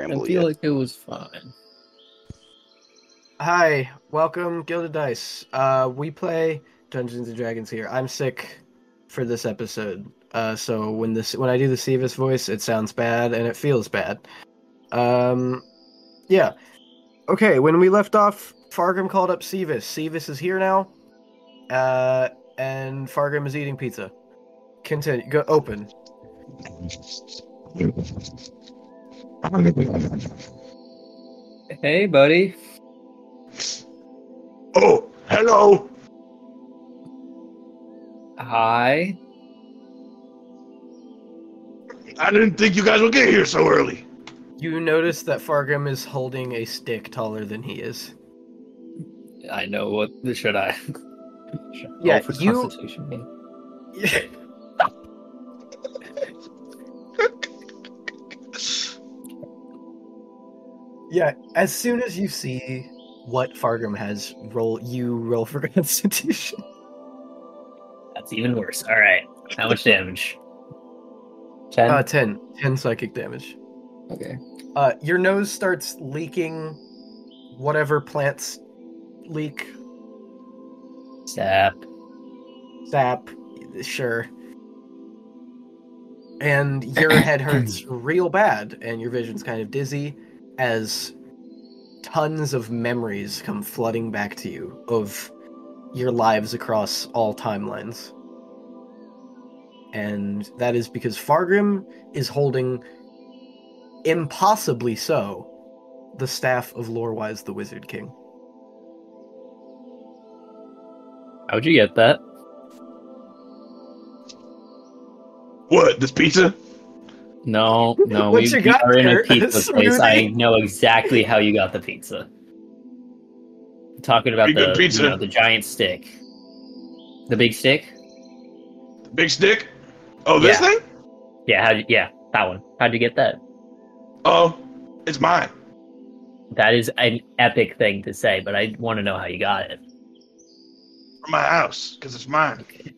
I scramble feel yet. like it was fine. Hi, welcome Gilded Dice. Uh, we play Dungeons and Dragons here. I'm sick for this episode, uh, so when this when I do the Sivas voice, it sounds bad and it feels bad. Um, yeah. Okay, when we left off, Fargrim called up Sivas. Sivas is here now, uh, and Fargrim is eating pizza. Continue. Go open. Hey, buddy. Oh, hello. Hi. I didn't think you guys would get here so early. You notice that Fargrim is holding a stick taller than he is. I know what should I? Should I Yeah, roll for you- Constitution? Yeah, as soon as you see what Fargrim has, roll you roll for Constitution. That's even worse. All right. How much damage? Ten. Uh, 10. 10 psychic damage. okay. Uh, your nose starts leaking whatever plants leak, Sap. sap, sure. And your head hurts real bad, and your vision's kind of dizzy as tons of memories come flooding back to you of your lives across all timelines. And that is because Fargrim is holding, impossibly so, the staff of Lorewise the Wizard King. How'd you get that? What, this pizza? No, no, What we, you we got are in there? a pizza place. Smoothie? I know exactly how you got the pizza. Talking about Pretty the good pizza. You know, the giant stick, the big stick. Big stick? Oh, this Yeah. thing? Yeah, how? Yeah, that one. How'd you get that? Oh, it's mine. That is an epic thing to say, but I want to know how you got it. From my house, because it's mine. Okay.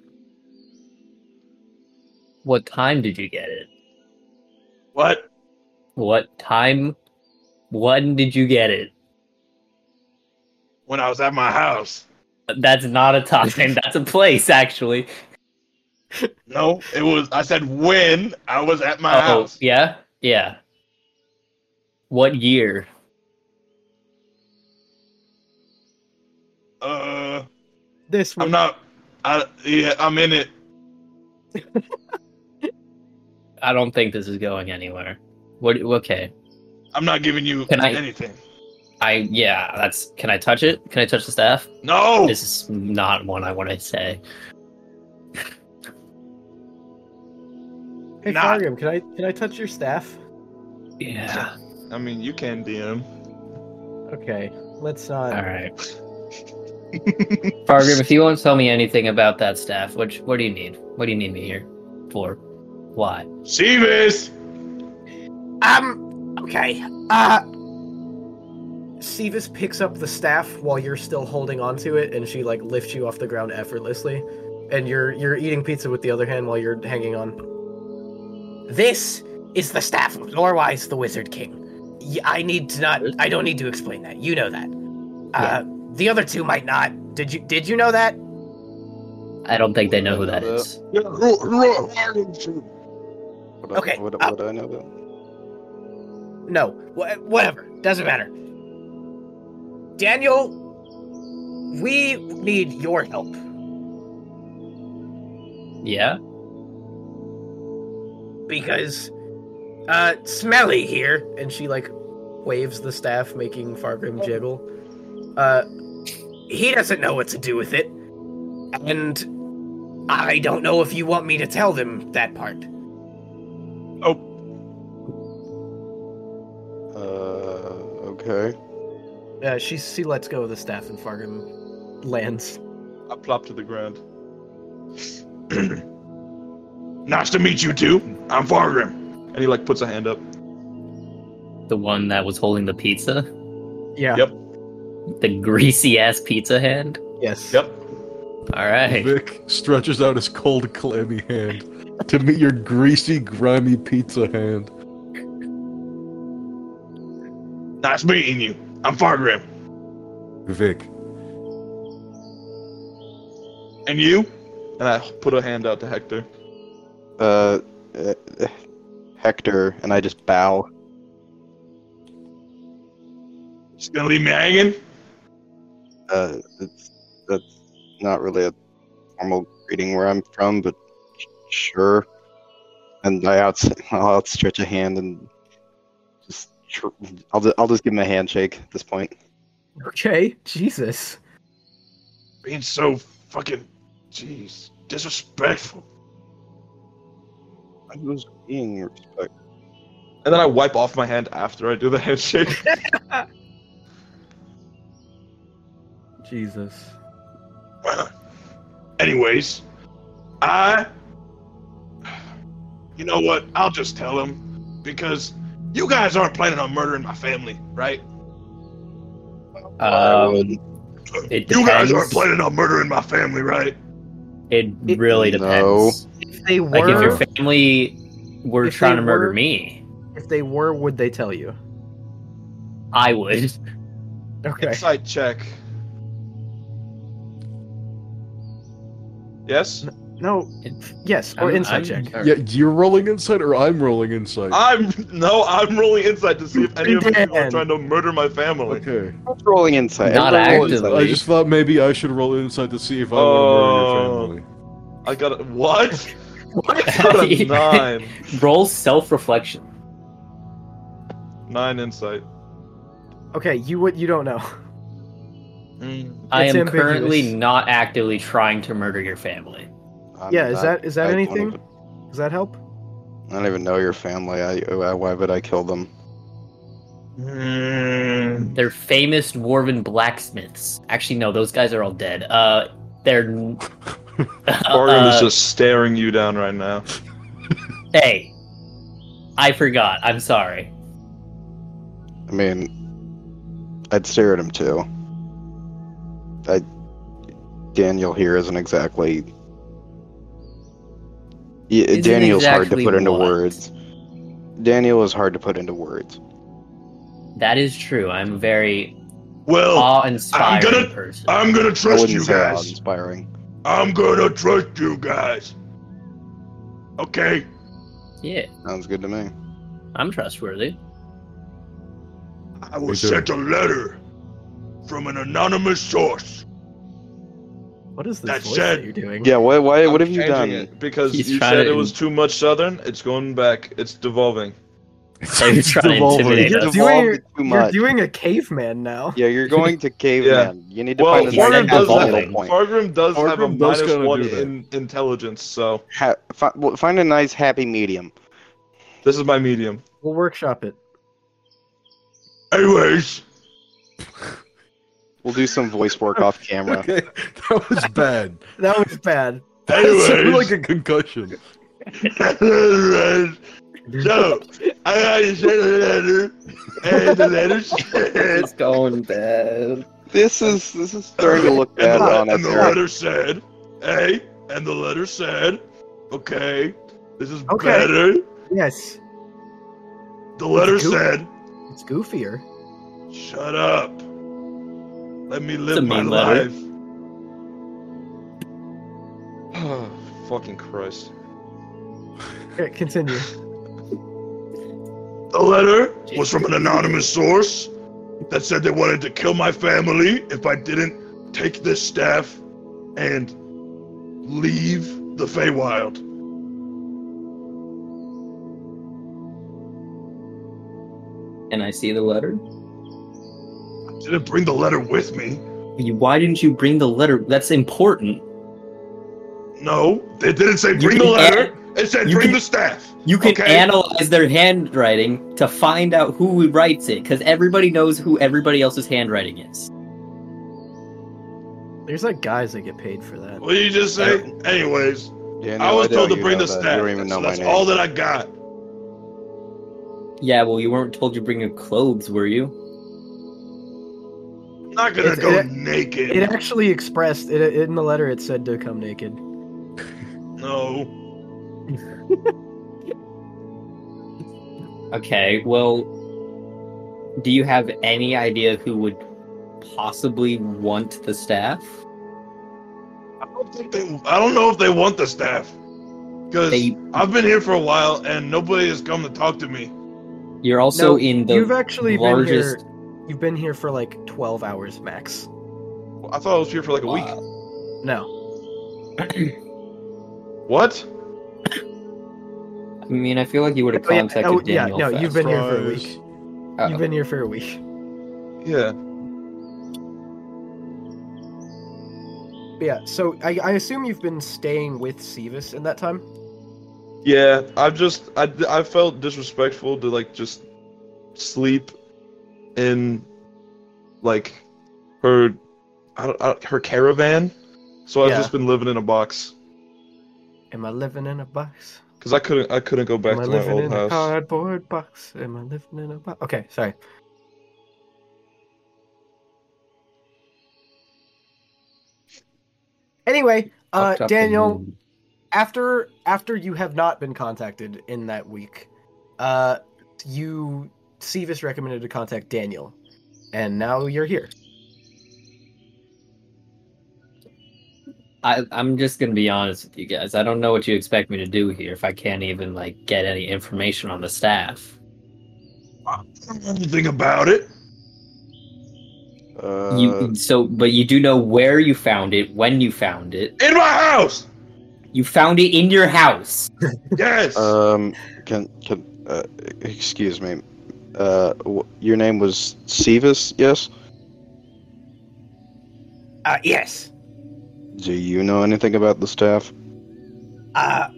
What time did you get it? What? What time? When did you get it? When I was at my house. That's not a time. That's a place, actually. No, it was. I said when I was at my Oh, house. yeah, yeah. What year? Uh, This I'm one. not. I yeah, I'm in it. I don't think this is going anywhere. What? Okay. I'm not giving you Can I- anything. I yeah. That's. Can I touch it? Can I touch the staff? No. This is not one I want to say. Hey, not- Fargrim, can I, can I touch your staff? Yeah. I mean, you can DM. Okay, let's uh, not. All right. Fargrim, if you won't tell me anything about that staff, what what do you need? What do you need me here for? Why? Seavis. Um, okay. Uh. Sivas picks up the staff while you're still holding onto it, and she, like, lifts you off the ground effortlessly. And you're you're eating pizza with the other hand while you're hanging on. This is the staff of Norwise, the Wizard King. Y- I need to not. I don't need to explain that. You know that. Uh, the other two might not. Did you did you know that? I don't think they know who that is. Yeah, who- who- who are you two? Would I- Okay, Would, uh, would I know that? No. Wha whatever. Doesn't matter. Daniel, we need your help. Yeah. because uh smelly here and she like waves the staff making fargrim jiggle uh he doesn't know what to do with it and i don't know if you want me to tell them that part Uh, okay. uh, she she lets go of the staff and fargrim lands I plop to the ground. nice to meet you too. I'm Fargrim. And he like puts a hand up. The one that was holding the pizza, yeah Yep. the greasy ass pizza hand. yes Yep. All right. Vic stretches out his cold, clammy hand to meet your greasy, grimy pizza hand. Nice meeting you. I'm Fargrim. Vic. And you? And I put a hand out to Hector. Uh, eh, eh, Hector, and I just bow. Just gonna leave me hanging? Uh, it's, that's not really a normal greeting where I'm from, but sh- sure. And I outs- I'll outstretch a hand and just tr- I'll, ju- I'll just give him a handshake at this point. Okay, Jesus. Being so fucking, jeez, disrespectful. I was being respect. And then I wipe off my hand after I do the handshake. Jesus. Anyways, I. You know what? I'll just tell him because you guys aren't planning on murdering my family, right? I Um, would- It You guys aren't depends. planning on murdering my family, right? it It- really No. depends. If they were, Like if your if, family were If trying they to murder were- me, they were, would they tell you? I would. Okay. Insight check. Yes? No. Yes, or I'm- insight I'm- check. Yeah, you're rolling inside or I'm rolling inside? I'm. No, I'm rolling inside to see if any of you are Dan. trying to murder my family. Okay. Who's rolling inside? Not Everyone roll I actively. inside. just thought maybe I should roll inside to see if I Oh. want to murder your family. I got a. What? I got a What? nine. Roll self reflection. Nine insight. Okay, you would. You don't know. I It's Mm, am currently ambiguous. not actively trying to murder your family. I'm yeah, is not- that is that I don't anything? even- Does that help? I don't even know your family. I, I why would I kill them? Mm. They're famous dwarven blacksmiths. Actually, no, those guys are all dead. Uh, they're. Bargain is Uh, just staring you down right now. Hey, I forgot. I'm sorry. I mean, I'd stare at him too. I Daniel here isn't exactly. Yeah, Isn't Daniel's hard exactly to put into what? words. Daniel is hard to put into words. That is true. I'm a very Well, awe inspiring I'm gonna- person. I'm gonna I trust wouldn't you say guys. inspiring. I'm gonna trust you guys. Okay. yeah, Sounds good to me. I'm trustworthy. I Me too. was sent a letter from an anonymous source. What is this That voice said- that you're doing? Yeah. Why? Why? what I'm have you changing done? it because He's you trying said to- it was too much southern. It's going back. It's devolving. So you're trying to devolving. intimidate You're us. You're doing- devolving too You're much. doing a caveman now. Yeah, you're going to caveman. You need to Well, find a he's Fargrim second does, devolving. vital have, evolving. point. Fargrim does have a Fargrim does minus kinda one do that. in intelligence, so Ha- fi- well, find a nice happy medium. this is my medium. We'll workshop it. Anyways, We'll do some voice work off camera. Okay, that was bad. That was bad. That sounded Anyways. like a concussion. so I got sent a letter, and the letter said, It's going bad. This is this is starting to look and bad the, on us. and the Eric. letter said, hey, and the letter said, okay, this is Okay. better. Yes, The letter It's goop. said, it's goofier. shut up. Let me a live my mean letter. life. Fucking Christ. Okay, continue. The letter was from an anonymous source that said they wanted to kill my family if I didn't take this staff and leave the Feywild. And I see the letter. I didn't bring the letter with me. You- Why didn't you bring the letter? That's important. No, they didn't say You bring the can letter. It said you bring can- the staff. You can Okay. analyze their handwriting to find out who writes it, because everybody knows who everybody else's handwriting is. There's like guys that get paid for that. What did you just say? Anyways, Daniel, I was don't told to even bring know the that. staff. You don't even know so my that's name. all that I got. Yeah, well, you weren't told you bring your clothes, were you? I'm not gonna It's- go it- naked. It actually expressed it in the letter. It said to come naked. no. Okay, well, Do you have any idea who would possibly want the staff? I don't think they. I don't know if they want the staff. Because They, I've been here for a while and nobody has come to talk to me. you're also No, in the You've actually largest. been here. You've been here for like twelve hours max. I thought I was here for like a week. No, What? I mean, I feel like you would have Oh, yeah, contacted oh, yeah, Daniel. no, first. you've been here for a Surprise. week. Oh. You've been here for a week. Yeah. But yeah. So I, I assume you've been staying with Sevis in that time. Yeah. I've just. I, I felt disrespectful to like just sleep in like her I don't, I don't- her caravan. So I've Yeah. just been living in a box Am I living in a box? because I couldn't. I couldn't go back Am I to my living old in a house. cardboard box? Am I living in a box? Okay, sorry. Anyway, uh, Fucked up Daniel, and- after after you have not been contacted in that week, uh, you Sevis recommended to contact Daniel, and now you're here. I, I'm just gonna be honest with you guys. I don't know what you expect me to do here if I can't even like get any information on the staff. I don't know anything about it. Uh, you so, but you do know where you found it, when you found it. In my house. You found it in your house. Yes. Um, can can uh, excuse me. Uh, w- your name was Sevis, yes? Uh, yes, Do you know anything about the staff? uh,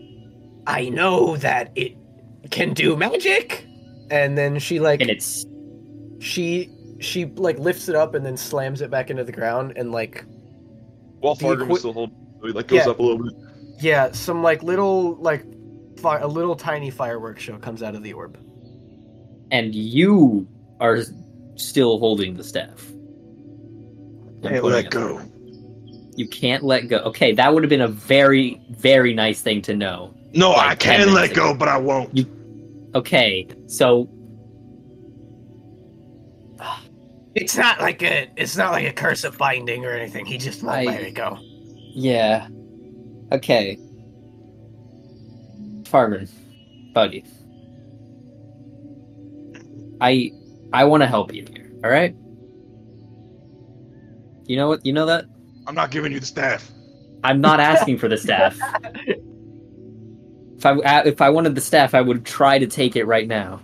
I know that it can do magic. And then she like And it's she she like lifts it up and then slams it back into the ground and like While Do you Fargo quit- still hold, he like goes Yeah. up a little bit. yeah some like little like fi- a little tiny fireworks show comes out of the orb and you are still holding the staff. Hey, let go. You can't let go. Okay, that would have been a very, very nice thing to know. No, Like I 10 can let minutes go, but I won't. You- Okay, so it's not like a it's not like a curse of binding or anything he just won't I- let it go yeah, okay, Farman, buddy, I I want to help you here. All right. You know what? You know that I'm not giving you the staff. I'm not asking for the staff. If I if I wanted the staff, I would try to take it right now.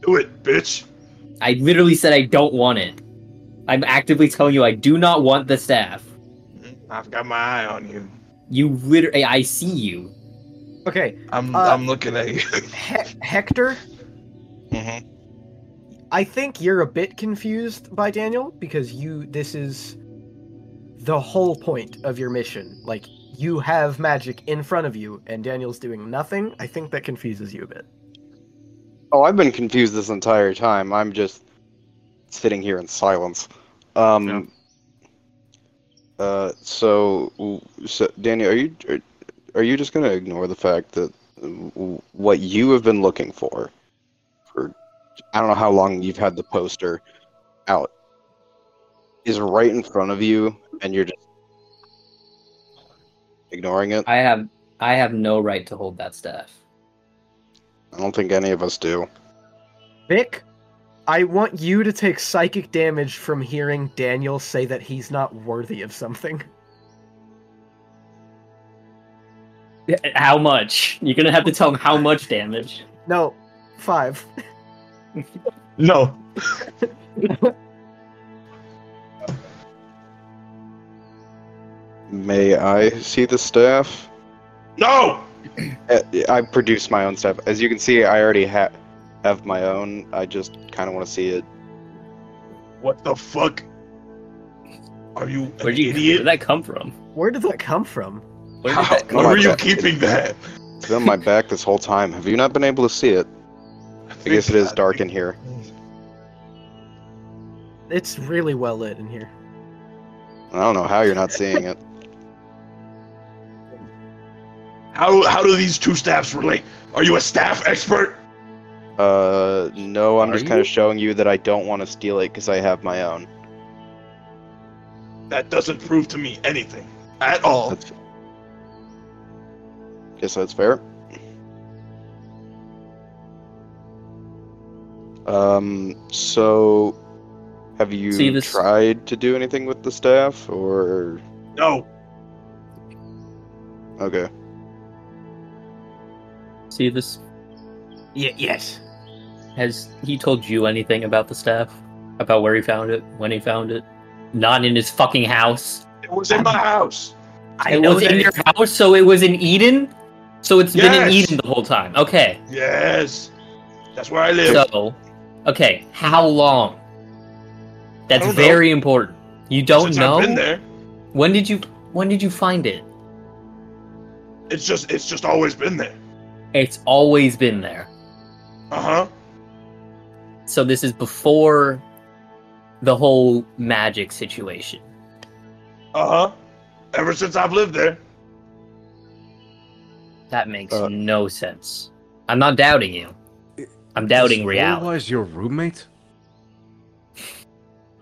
Do it, bitch. I literally said I don't want it. I'm actively telling you I do not want the staff. Mm-hmm. I've got my eye on you. You literally, I see you. okay I'm Uh, I'm looking at you. he- hector Mm-hmm. i think you're a bit confused by daniel because you this is the whole point of your mission like you have magic in front of you and daniel's doing nothing i think that confuses you a bit Oh, I've been confused this entire time. I'm just sitting here in silence. Um. Uh, so, w- so Danny, are you are- are you just gonna ignore the fact that uh, w- what you have been looking for for I don't know how long you've had the poster out is right in front of you, and you're just ignoring it? I have, I have no right to hold that staff. I don't think any of us do. Vic, I want you to take psychic damage from hearing Daniel say that he's not worthy of something. How much? You're gonna have to tell him how much damage. No, five. no. May I see the staff? No. Uh, I produce my own stuff. As you can see, I already ha- have my own. I just kind of want to see it. What the fuck? Are you an Where'd you? Where idiot? did that come from? Where did that come from? Where did How- that come? where Oh were my you God. keeping that? It's been on my back this whole time. Have you not been able to see it? I guess it is dark in here. It's really well lit in here. I don't know how you're not seeing it. How how do these two staffs relate? Are you a staff expert? Uh, no, I'm Are just kind you? of showing you that I don't want to steal it because I have my own. That doesn't prove to me anything at all. That's... Guess that's fair. Um, so have you See, this- tried to do anything with the staff or No, okay. See this? Yeah, yes. Has he told you anything about the staff? About where he found it? When he found it? Not in his fucking house. it was in my house. I It know was that in it- your house, so it was in Eden. So it's been in Yes. Eden the whole time. Okay. Yes, that's where I live. So, okay. How long? That's don't know. very important. You don't Since know. I've been there, When did you? When did you find it? it's just it's just always been there. It's always been there. Uh huh. So this is before the whole magic situation. Uh huh. Ever since I've lived there. That makes Uh, no sense. I'm not doubting you. I'm doubting Is reality. Pennywise your roommate?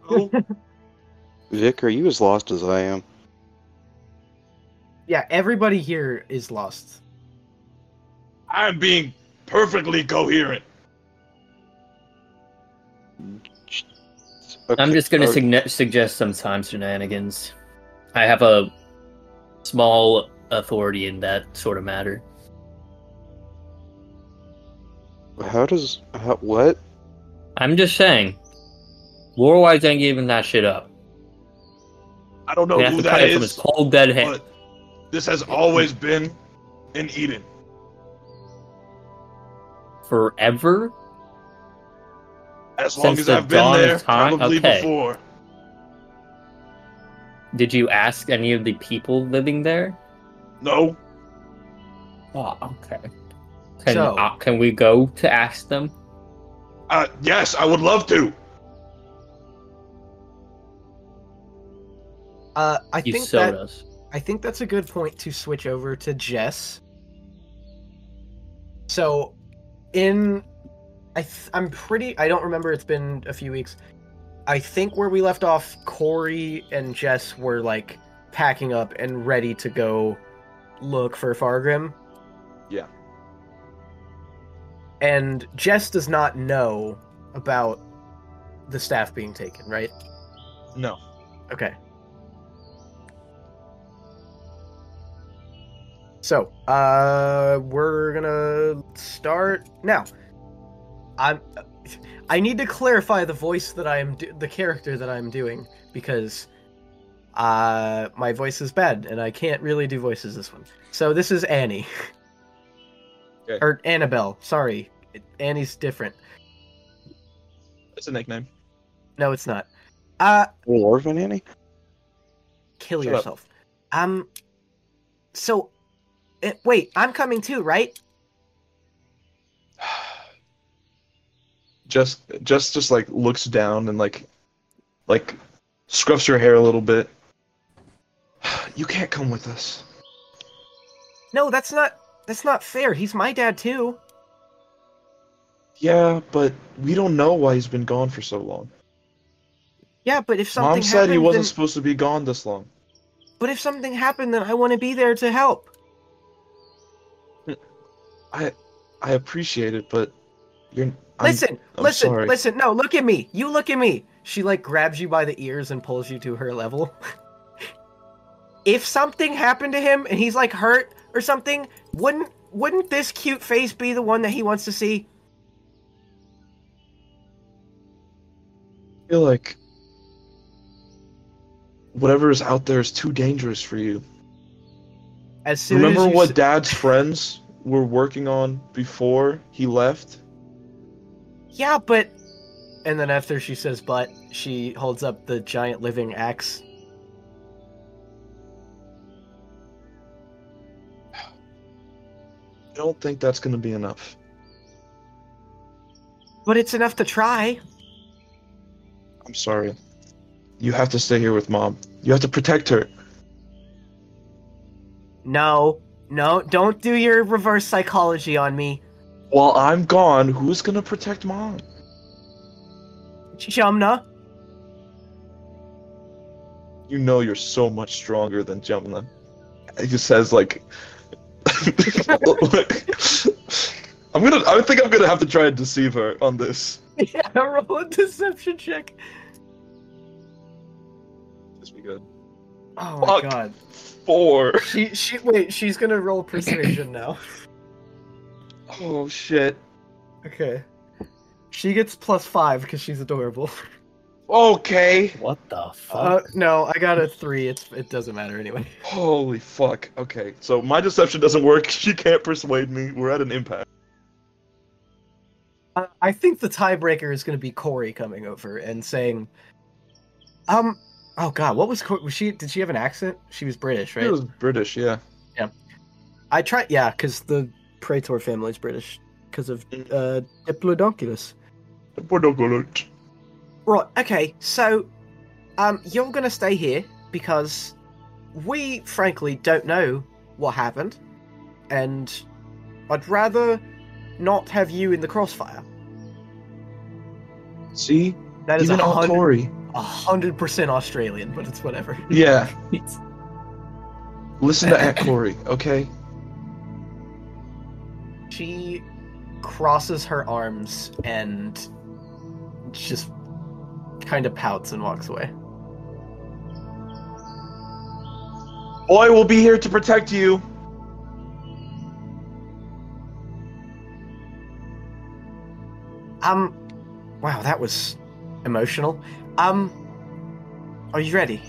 Vic, are you as lost as I am? Yeah, everybody here is lost. I'm being perfectly coherent. I'm just going to Okay, sugne- suggest some time shenanigans. I have a small authority in that sort of matter. uh, How does how, what? I'm just saying, Warwise ain't giving that shit up. I don't know they have Oh, who to that cut it from his is, cold dead hand. but this has always been in Eden. Forever? As long Since as the I've been dawn of there, time? probably Okay. before. Did you ask any of the people living there? No, Oh, okay. Can, So- uh, can we go to ask them? Uh, yes, I would love to. Uh, I You think sold that us. I think that's a good point to switch over to Jess. So, in I th- I'm pretty I don't remember it's been a few weeks. I think where we left off, Corey and Jess were like packing up and ready to go look for Fargrim. Yeah. And Jess does not know about the staff being taken, right? No. Okay. So, uh, we're gonna start now. I'm. I need to clarify the voice that I am, do- the character that I'm doing, because, uh, my voice is bad and I can't really do voices this one. So this is Annie, Okay. or Annabelle. Sorry, Annie's different. That's a nickname. No, it's not. Uh, An orphan Annie? kill Shut up. yourself. Um. So, eh, wait, I'm coming too, right? Just, just, just like looks down and like, like, scruffs her hair a little bit. You can't come with us. No, that's not that's not fair. He's my dad too. Yeah, but we don't know why he's been gone for so long. Yeah, but if something Mom said he happened, wasn't then, supposed to be gone this long. but if something happened, then I want to be there to help. I appreciate it, but you're. I'm- Listen, I'm listen, sorry. listen. No, look at me. You look at me. She like grabs you by the ears and pulls you to her level. if something happened to him and he's like hurt or something, wouldn't wouldn't this cute face be the one that he wants to see? I feel like whatever is out there is too dangerous for you. As soon Remember as you what s- Dad's friends were working on before he left? Yeah, but. And then after she says but, she holds up the giant living axe. I don't think that's going to be enough. But it's enough to try. I'm sorry. You have to stay here with Mom. You have to protect her. No, no, don't do your reverse psychology on me. While I'm gone, who's gonna protect mom? Shamna. You know you're so much stronger than Jumna. He just says like, I'm gonna. I think I'm gonna have to try and deceive her on this, Yeah, roll a deception check. just because. Oh my Fuck. god. Four. She she wait, she's gonna roll persuasion now. Oh shit. Okay. She gets plus five because she's adorable. Okay. What the Uh, fuck? no, I got a three. It's it doesn't matter anyway. Holy fuck. Okay. So my deception doesn't work. She can't persuade me. We're at an impact. I, I think the tiebreaker is going to be Corey coming over and saying, um, oh god, what was Cor- was she? Did she have an accent? She was British, right? She was British, yeah. I tried, yeah, because the Praetor family's British because of Mm. uh, Diplodocus. Bordogolut. Right. Okay. So, um, you're going to stay here because we, frankly, don't know what happened, and I'd rather not have you in the crossfire. See? That is a Even on hundred Tory. a hundred percent Australian, but it's whatever. Yeah. Listen to Aunt Corey, okay? She crosses her arms and just kind of pouts and walks away. Boy will be here to protect you. Um, wow, that was emotional. Um, are you ready?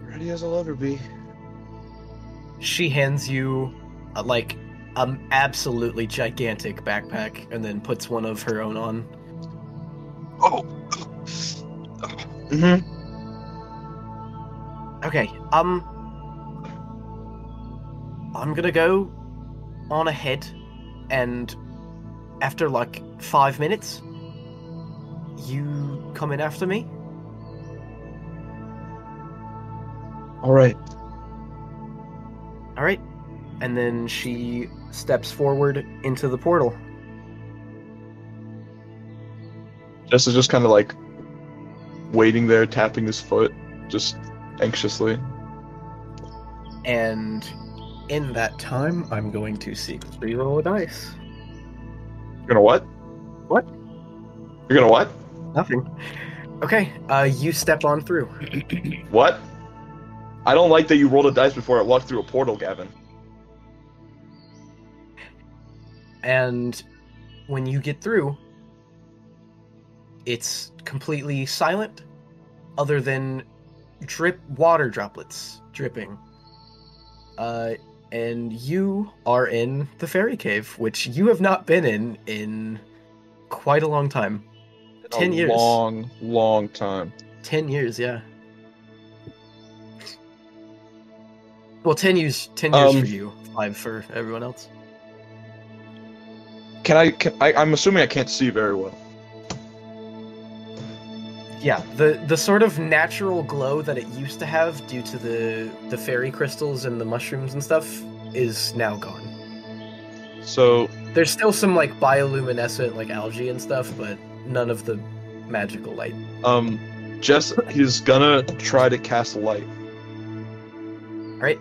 Ready as I'll ever be. She hands you uh, like an absolutely gigantic backpack and then puts one of her own on. Oh. Mm-hmm. Okay, um I'm gonna go on ahead and after like five minutes you come in after me? Alright. Alright. And then she steps forward into the portal. Jess is just kinda like waiting there, tapping his foot, just anxiously. And in that time I'm going to secretly roll a dice. You're gonna what? What? You're gonna what? Nothing. Okay, uh you step on through. What? I don't like that you rolled a dice before it walked through a portal, Gavin. And when you get through, it's completely silent, other than drip water droplets dripping. Uh, and you are in the fairy cave, which you have not been in in quite a long time. Ten a years. Long, long time. Ten years, yeah. Well, ten years. Ten years Um, for you. Five for everyone else. Can I, can I? I'm assuming I can't see very well. Yeah, the the sort of natural glow that it used to have due to the the fairy crystals and the mushrooms and stuff is now gone. So, There's still some like bioluminescent like algae and stuff, but none of the magical light. um, Jess is gonna try to cast light. All right.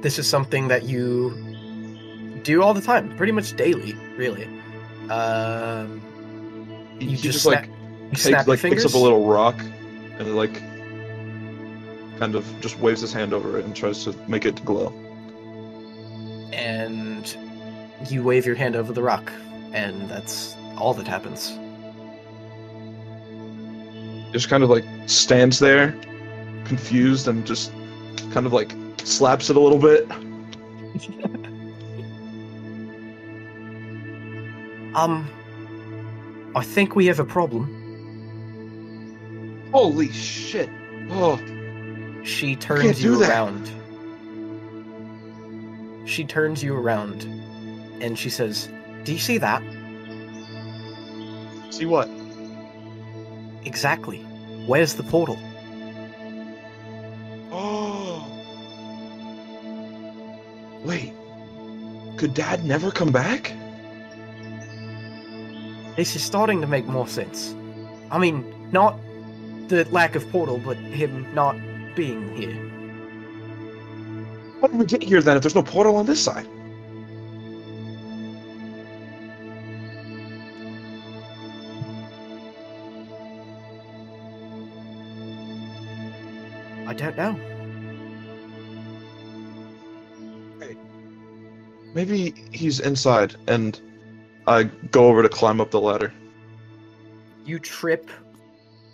This is something that you do all the time, pretty much daily, really. Um, He, You he just just snap- like you takes, snap your like picks up fingers. a little rock, and like, kind of just waves his hand over it and tries to make it glow. and you wave your hand over the rock, and that's all that happens. just kind of like stands there, confused, and just kind of like slaps it a little bit. Um, I think we have a problem. Holy shit! Oh, She can't turns do you that. around. She turns you around and she says, Do you see that? see what? Exactly. Where's the portal? Oh, wait. Could Dad never come back? This is starting to make more sense. I mean, not the lack of portal, but him not being here. How did we get here then if there's no portal on this side? I don't know. Maybe he's inside and I go over to climb up the ladder. You trip,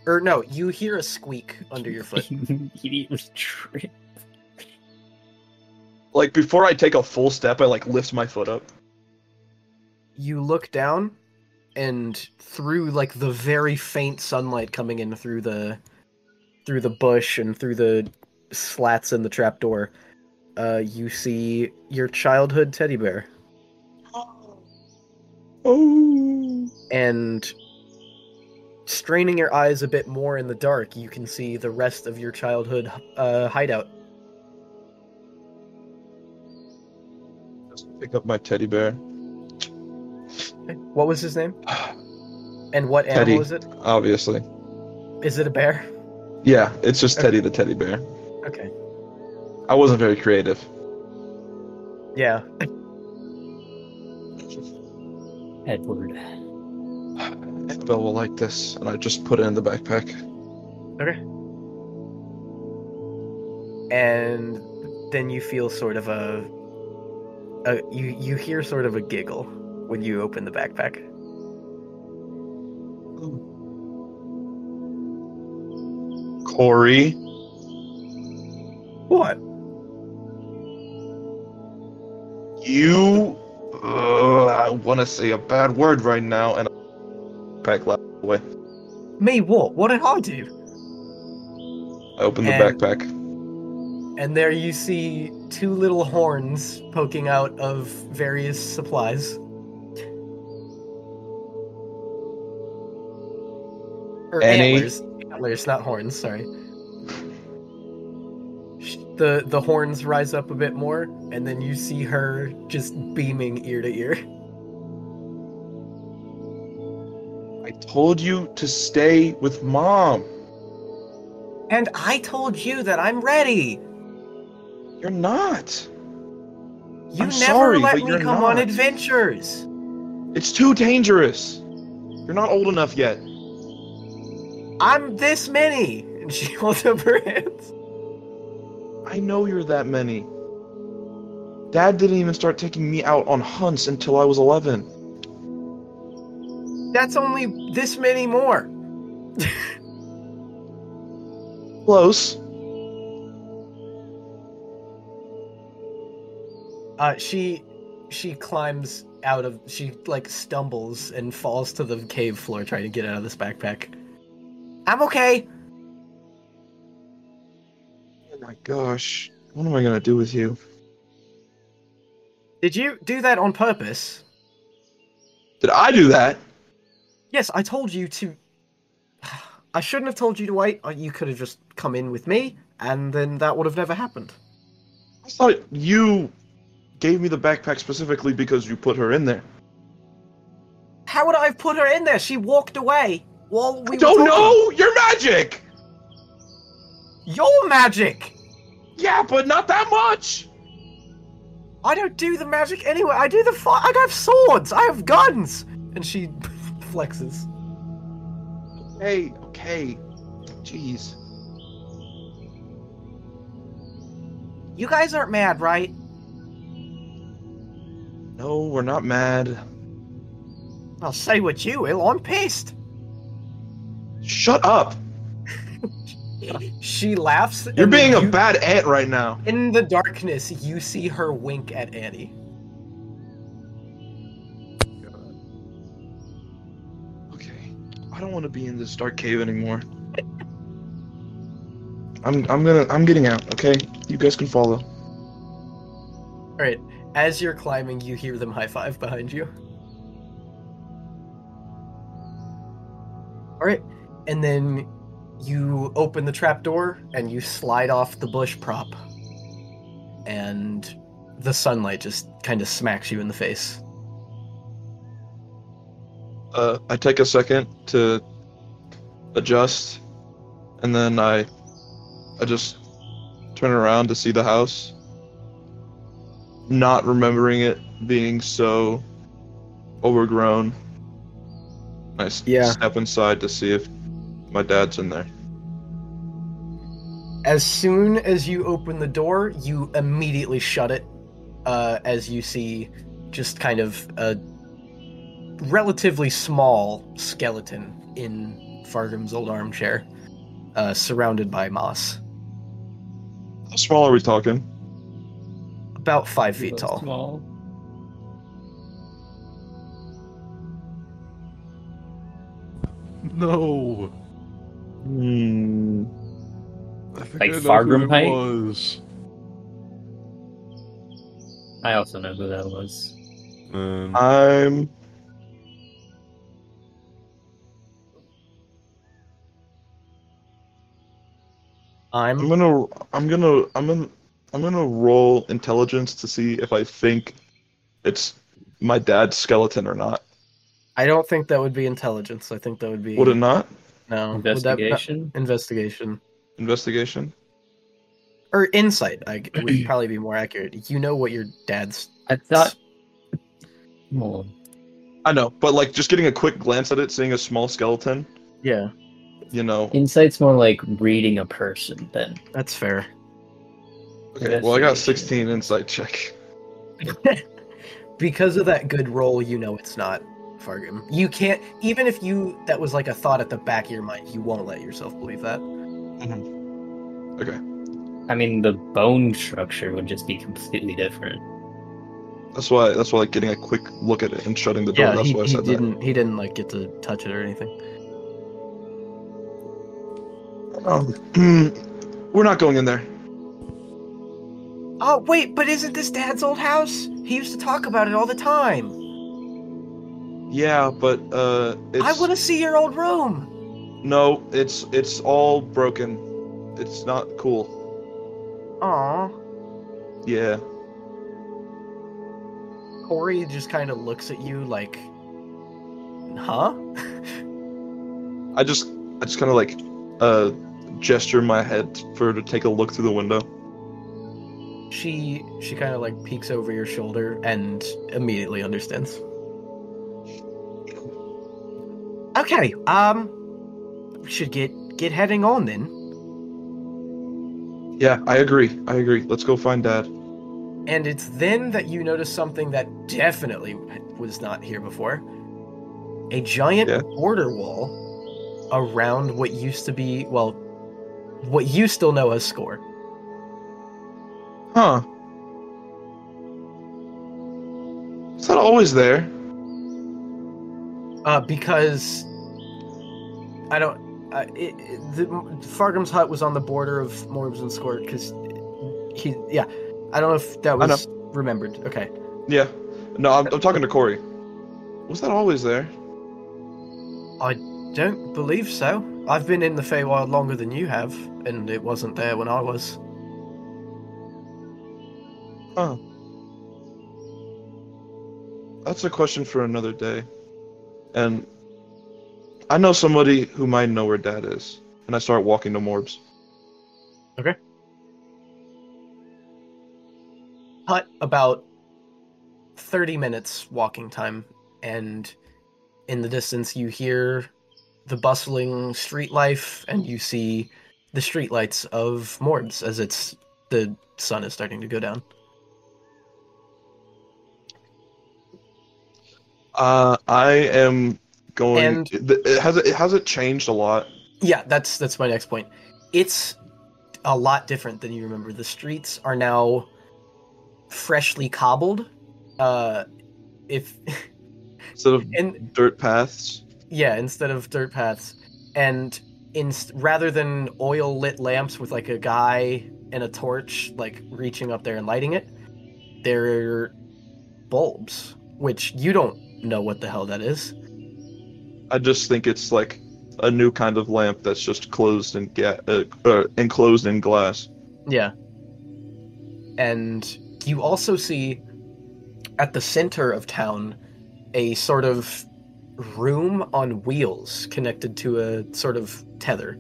or no, you hear a squeak under your foot. he didn't trip. Like before I take a full step, I like lift my foot up. you look down and through like the very faint sunlight coming in through the through the bush and through the slats in the trapdoor uh you see your childhood teddy bear Oh. and straining your eyes a bit more in the dark you can see the rest of your childhood uh hideout Just pick up my teddy bear. what was his name and what Teddy. animal is it Obviously. is it a bear Yeah, it's just Teddy the teddy bear. okay I wasn't very creative. yeah Uh, Edward. Annabelle will like this, and I just put it in the backpack. and then you feel sort of a, a you you hear sort of a giggle when you open the backpack. Corey, What? you. Ugh, I want to say a bad word right now, and back la- away. Me what? What did I do? I open the And- backpack. And there you see two little horns poking out of various supplies. Or Any- antlers. Antlers, not horns, sorry. Sh- The the horns rise up a bit more, and then you see her just beaming ear to ear. I told you to stay with mom. And I told you that I'm ready. You're not. You I'm never sorry, let but me you're come on not. adventures. It's too dangerous. You're not old enough yet. I'm this many. And she holds up her hands. I know you're that many. Dad didn't even start taking me out on hunts until I was 11. That's only this many more. Close. Uh, she she climbs out of she like stumbles and falls to the cave floor trying to get out of this backpack. I'm okay. Oh my gosh. What am I gonna do with you? Did you do that on purpose? Did I do that? Yes, I told you to. I shouldn't have told you to wait. Uh, You could have just come in with me, and then that would have never happened. I thought you gave me the backpack specifically because you put her in there. How would I have put her in there? She walked away while we I don't were talking. know! You're magic! Your magic. Yeah, but not that much! I don't do the magic anyway. I do the fi- I have swords. I have guns. And she flexes. Hey, okay. Jeez. You guys aren't mad, right? No, we're not mad. I'll say what you will. I'm pissed. Shut up! She laughs. You're and then being a you- bad aunt right now. In the darkness, you see her wink at Annie. Okay. I don't wanna be in this dark cave anymore. I'm I'm gonna I'm getting out, okay? You guys can follow. All right. As you're climbing, you hear them high five behind you. All right. And then you open the trapdoor and you slide off the bush prop. And the sunlight just kind of smacks you in the face. Uh, I take a second to adjust, and then I, I just turn around to see the house. Not remembering it being so overgrown. I s- Yeah. step inside to see if my dad's in there. As soon as you open the door, you immediately shut it uh, as you see just kind of a relatively small skeleton in Fargham's old armchair, uh, surrounded by moss, How small are we talking? about five feet tall. Small. No. Hmm. I think Like I know who Fargrim it height? was. I also know who that was. Um, Uh, I'm. I'm I'm gonna. I'm gonna. I'm gonna. I'm gonna roll intelligence to see if I think it's my dad's skeleton or not. I don't think that would be intelligence. I think that would be Would it not? no would that not- Investigation. investigation Investigation. or insight. I g- would probably be more accurate. You know what your dad's I thought. Hold on. I know, but like just getting a quick glance at it, seeing a small skeleton, yeah. you know. Insight's more like reading a person than That's fair. Okay, well, I got investigation. 16 insight check. because of that good roll, you know it's not Fargrim. You can't even if you that was like a thought at the back of your mind, you won't let yourself believe that. I mean, the bone structure would just be completely different. That's why. That's why like getting a quick look at it and shutting the door. yeah, that's he, why I he said that. didn't he didn't like get to touch it or anything. Um, we're not going in there. Oh wait, but isn't this dad's old house? He used to talk about it all the time. Yeah, but uh, it's I want to see your old room. no, it's it's all broken. It's not cool. Aw. Yeah, Corey just kind of looks at you like Huh? I just I just kind of like uh gesture my head for her to take a look through the window. She she kind of like peeks over your shoulder and immediately understands. Okay, um, we should get get heading on then. Yeah, I agree. I agree. Let's go find Dad. And it's then that you notice something that definitely was not here before: a giant Yeah. border wall around what used to be well, what you still know as Score. Huh? It's not always there. Uh, because I don't. Uh, it, it- the, Fargham's hut was on the border of Morbs and Squirt because he. Yeah, I don't know if that I know. was remembered. Okay. Yeah. No, I'm, I'm talking to Corey. Was that always there? Don't believe so. I've been in the Feywild longer than you have, and it wasn't there when I was. That's a question for another day. And I know somebody who might know where Dad is. And I start walking to Morbs. Hut about thirty minutes walking time, and in the distance you hear the bustling street life, and you see the streetlights of Morbs as it's the sun is starting to go down. Uh, I am going. And- it, it has it has it changed a lot. Yeah, that's that's my next point. It's a lot different than you remember. The streets are now freshly cobbled. Uh if Instead of and dirt paths, yeah, instead of dirt paths and in rather than oil lit lamps with like a guy and a torch like reaching up there and lighting it, they're bulbs, which you don't know what the hell that is. I just think it's like a new kind of lamp that's just closed in ga- uh, uh, enclosed in glass. Yeah. And you also see at the center of town a sort of room on wheels connected to a sort of tether.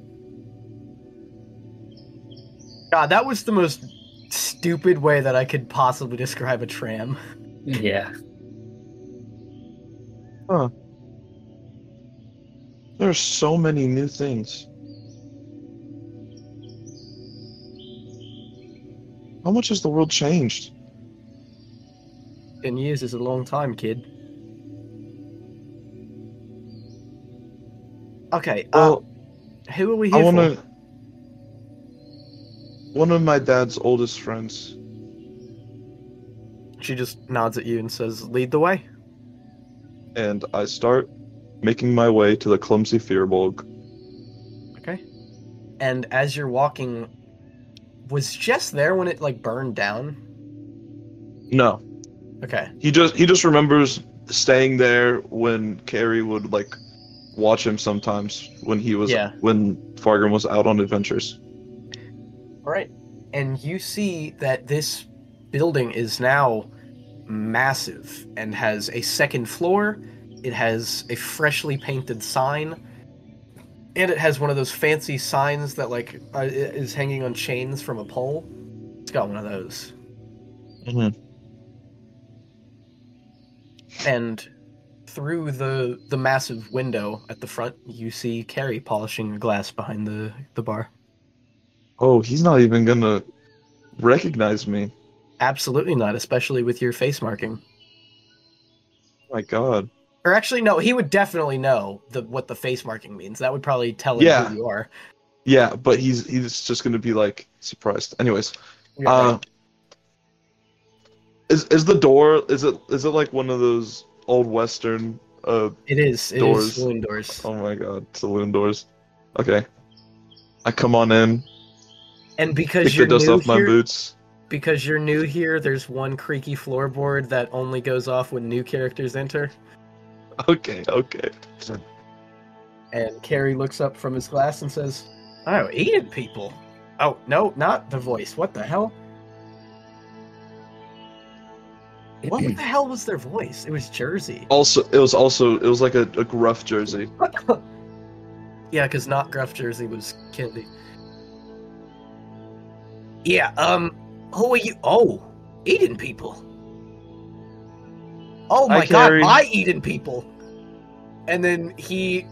God, Ah, that was the most stupid way that I could possibly describe a tram. Yeah. There are so many new things. How much has the world changed? Ten years is a long time, kid. Okay, uh, Well, who are we I here want for? to. One of my dad's oldest friends. She just nods at you and says, "Lead the way." and I start making my way to the clumsy Firbolg. Okay. And as you're walking, was Jess there when it like burned down? No, Okay. he just he just remembers staying there when Carrie would like watch him sometimes when he was Yeah. when Fargrim was out on adventures. All right. And you see that this building is now massive and has a second floor. It has a freshly painted sign. And it has one of those fancy signs that like uh, is hanging on chains from a pole. It's got one of those. and through the the massive window at the front you see carrie polishing a glass behind the the bar Oh, he's not even gonna recognize me. absolutely not especially with your face marking My God. or actually no he would definitely know the what the face marking means that would probably tell him Yeah. who you are Yeah, but he's he's just gonna be like surprised. Anyways, You're Uh, like, is is the door? Is it is it like one of those old western? Uh, it is it is doors. saloon doors oh my god, saloon doors. Okay, I come on in, and pick because the you're dust new off my here, boots. because you're new here there's one creaky floorboard that only goes off when new characters enter Okay, okay. And Carrie looks up from his glass and says, Oh, eating people. Oh, no, not the voice. What the hell? What the hell was their voice? It was Jersey. Also, it was also it was like a, a gruff jersey. Yeah, because not Gruff Jersey was Kennedy. Yeah, um, who are you? Oh, Eden people. Oh Hi, my god, Carrie. my Eden people. And then he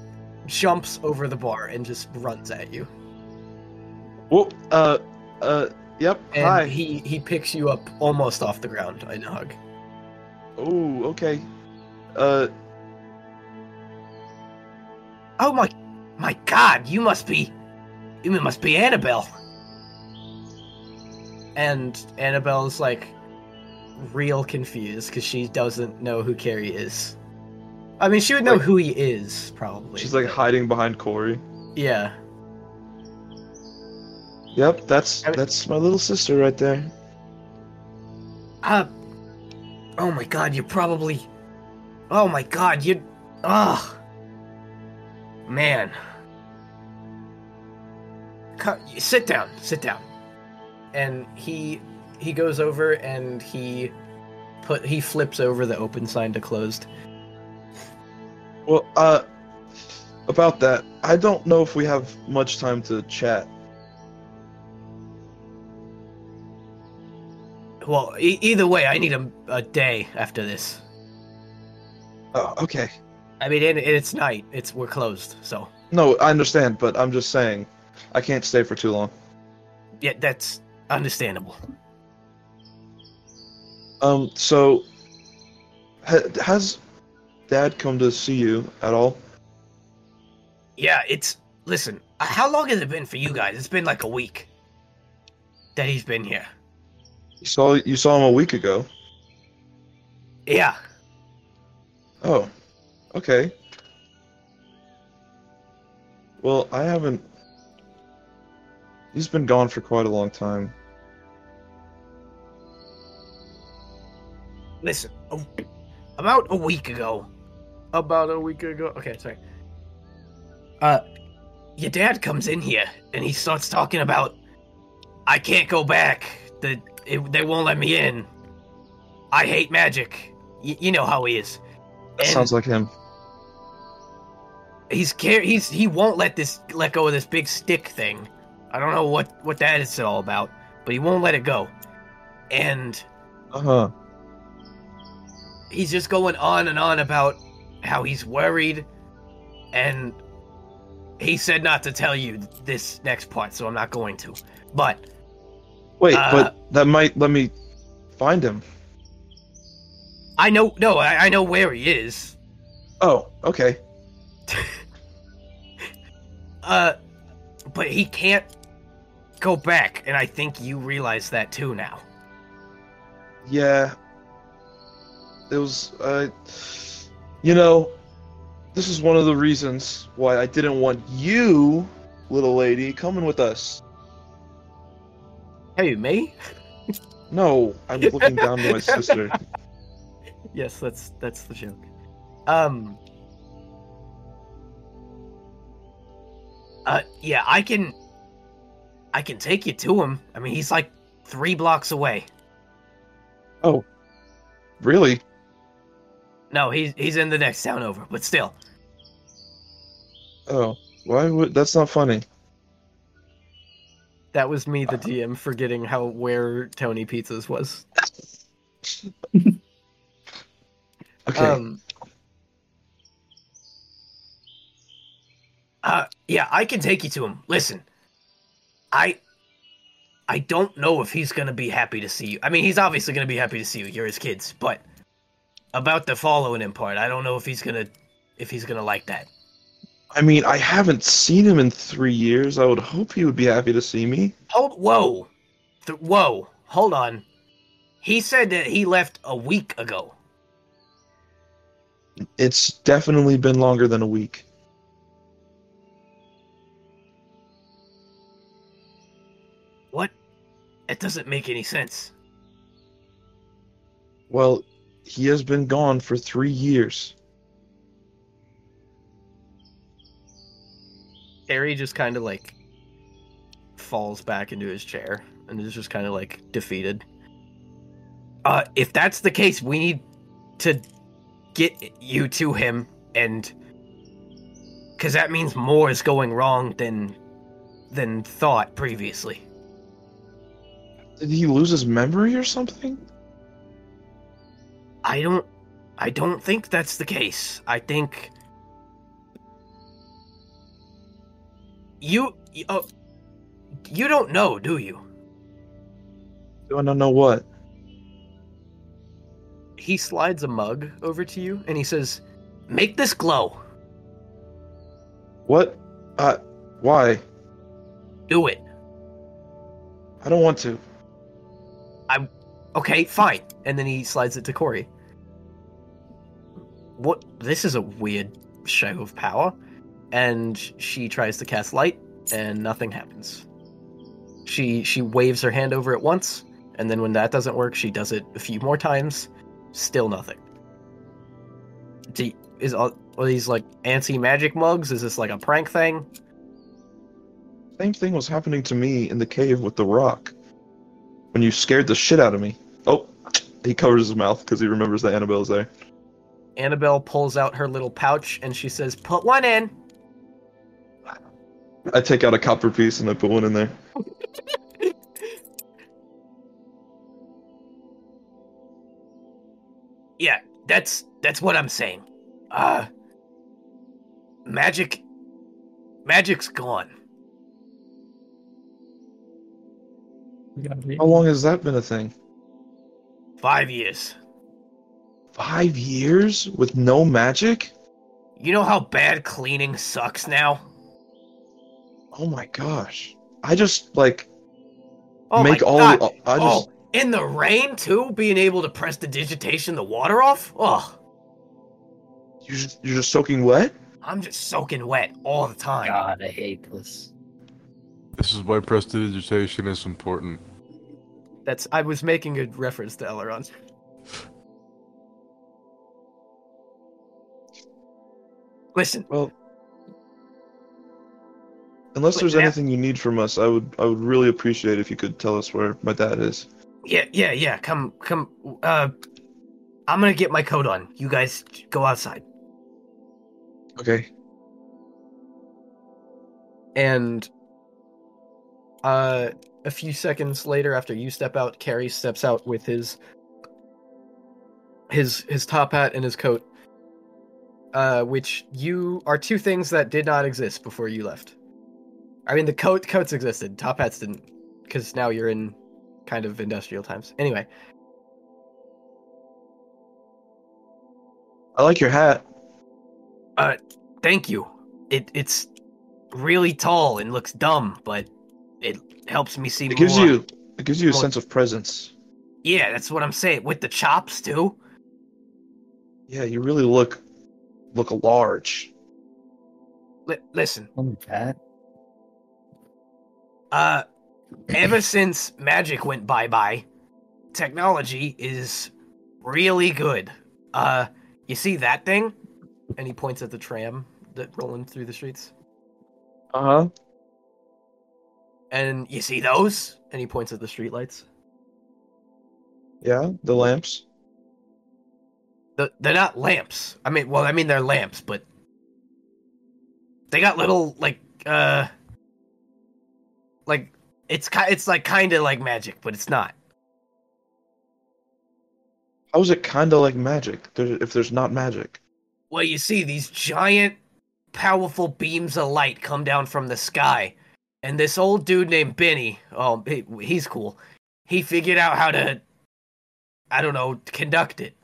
jumps over the bar and just runs at you. Whoop. Uh, uh. Yep. and hi. he he picks you up almost off the ground in a hug. oh, okay. Uh, Oh my, my God! You must be, you must be Annabelle. And Annabelle's like, real confused because she doesn't know who Carrie is. I mean, she would know Like- who he is probably. she's like hiding behind Corey. yeah, Yep, that's I mean- that's my little sister right there. Uh, oh my god, you're probably. Oh my god, you. Ugh. Man. Co- sit down, sit down. And he he goes over and he put he flips over the open sign to closed. Well, uh, about that, I don't know if we have much time to chat. Well, e- either way, I need a, a day after this. Oh, okay. I mean, and, and it's night. It's we're closed, so No, I understand, but I'm just saying, I can't stay for too long. yeah, that's understandable. Um, so, ha- has Dad come to see you at all? Yeah, it's. Listen, uh, how long has it been for you guys? It's been like a week that he's been here. You saw you saw him a week ago. Yeah. Oh, okay. Well, I haven't. He's been gone for quite a long time. Listen, a, about a week ago. About a week ago. Okay, sorry. Uh, your dad comes in here and he starts talking about, I can't go back. The it, they won't let me in. I hate magic. Y- you know how he is. That And- sounds like him. he's care he's he won't let this let go of this big stick thing. I don't know what what that is all about, but he won't let it go. And Uh huh. he's just going on and on about how he's worried and he said not to tell you this next part, so I'm not going to. But Wait, Uh, but that might let me find him. I know no, I, I know where he is. Oh, okay. Uh, but he can't go back, and I think you realize that too now. Yeah. It was, uh, you know, this is one of the reasons why I didn't want you, little lady, coming with us. Hey, me? No, I'm looking down to my sister. Yes, that's that's the joke. Um. Uh, yeah, I can, I can take you to him. I mean, he's like three blocks away. Really? No, he's he's in the next town over, but still. Oh, why would that's not funny? That was me, the DM, forgetting how where Tony Pizzas was. Okay. Um, uh, yeah, I can take you to him. Listen, I, I don't know if he's gonna be happy to see you. I mean, he's obviously gonna be happy to see you. You're his kids, but about the following him part, I don't know if he's gonna, if he's gonna like that. I mean, I haven't seen him in three years. I would hope he would be happy to see me. Hold, whoa, Th- whoa, hold on. He said that he left a week ago. It's definitely been longer than a week. What? That doesn't make any sense. Well, he has been gone for three years. Harry just kind of like falls back into his chair and is just kind of like defeated. Uh, if that's the case, we need to get you to him, and because that means more is going wrong than than thought previously. Did he lose his memory or something? I don't I don't think that's the case. I think you you- oh, you don't know, do you? Do I not know what? he slides a mug over to you and he says, "Make this glow. What? Uh, why? Do it." I don't want to. Okay, fine. And then he slides it to Corey. What? This is a weird show of power. And she tries to cast light, and nothing happens. She she waves her hand over it once, and then when that doesn't work, she does it a few more times. Still nothing. Do, is all are these like anti magic mugs? Is this like a prank thing? Same thing was happening to me in the cave with the rock. When you scared the shit out of me. Oh, he covers his mouth because he remembers that Annabelle's there. Annabelle pulls out her little pouch and she says, "Put one in." I take out a copper piece and I put one in there. Yeah, that's that's what I'm saying. Uh magic magic's gone. How long has that been a thing? 5 years. Five years with no magic? You know how bad cleaning sucks now? Oh my gosh. I just like Oh make my all God. I just Oh, in the rain too, being able to press the digitation the water off? Oh, you're just you're just soaking wet? I'm just soaking wet all the time. God, I hate this. This is why prestidigitation is important. That's I was making a reference to Elrond. Listen, Well Unless Wait, there's now- anything you need from us, I would I would really appreciate if you could tell us where my dad is. yeah, yeah, yeah. Come, come. Uh, I'm gonna get my coat on. You guys go outside. Okay. And uh, a few seconds later, after you step out, Carrie steps out with his his his top hat and his coat, uh, which you are two things that did not exist before you left. I mean, the coat coats existed, top hats didn't, because now you're in kind of industrial times. Anyway, I like your hat. thank you. It it's really tall and looks dumb, but it helps me see It gives more. you it gives you a More. sense of presence. Yeah, that's what I'm saying. With the chops too. Yeah, you really look look large. Li- listen, Oh, that. uh, ever since magic went bye bye, technology is really good. Uh, you see that thing? And he points at the tram that rolling through the streets. Uh-huh. And you see those? And he points at the streetlights. Yeah, the lamps. The, they're not lamps. I mean, well, I mean they're lamps, but they got little like uh like it's ki- it's like kind of like magic, but it's not. How is it kind of like magic? There, if there's not magic. Well, you see these giant powerful beams of light come down from the sky. And this old dude named Benny, oh, he, he's cool. He figured out how to I don't know, conduct it.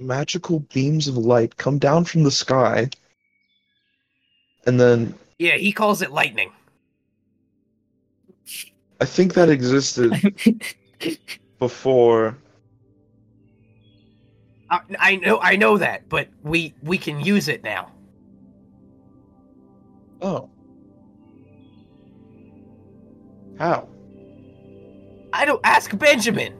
Magical beams of light come down from the sky. And then Yeah, he calls it lightning. I think that existed before. I, I know I know that, but we we can use it now. Oh. How? I don't ask Benjamin.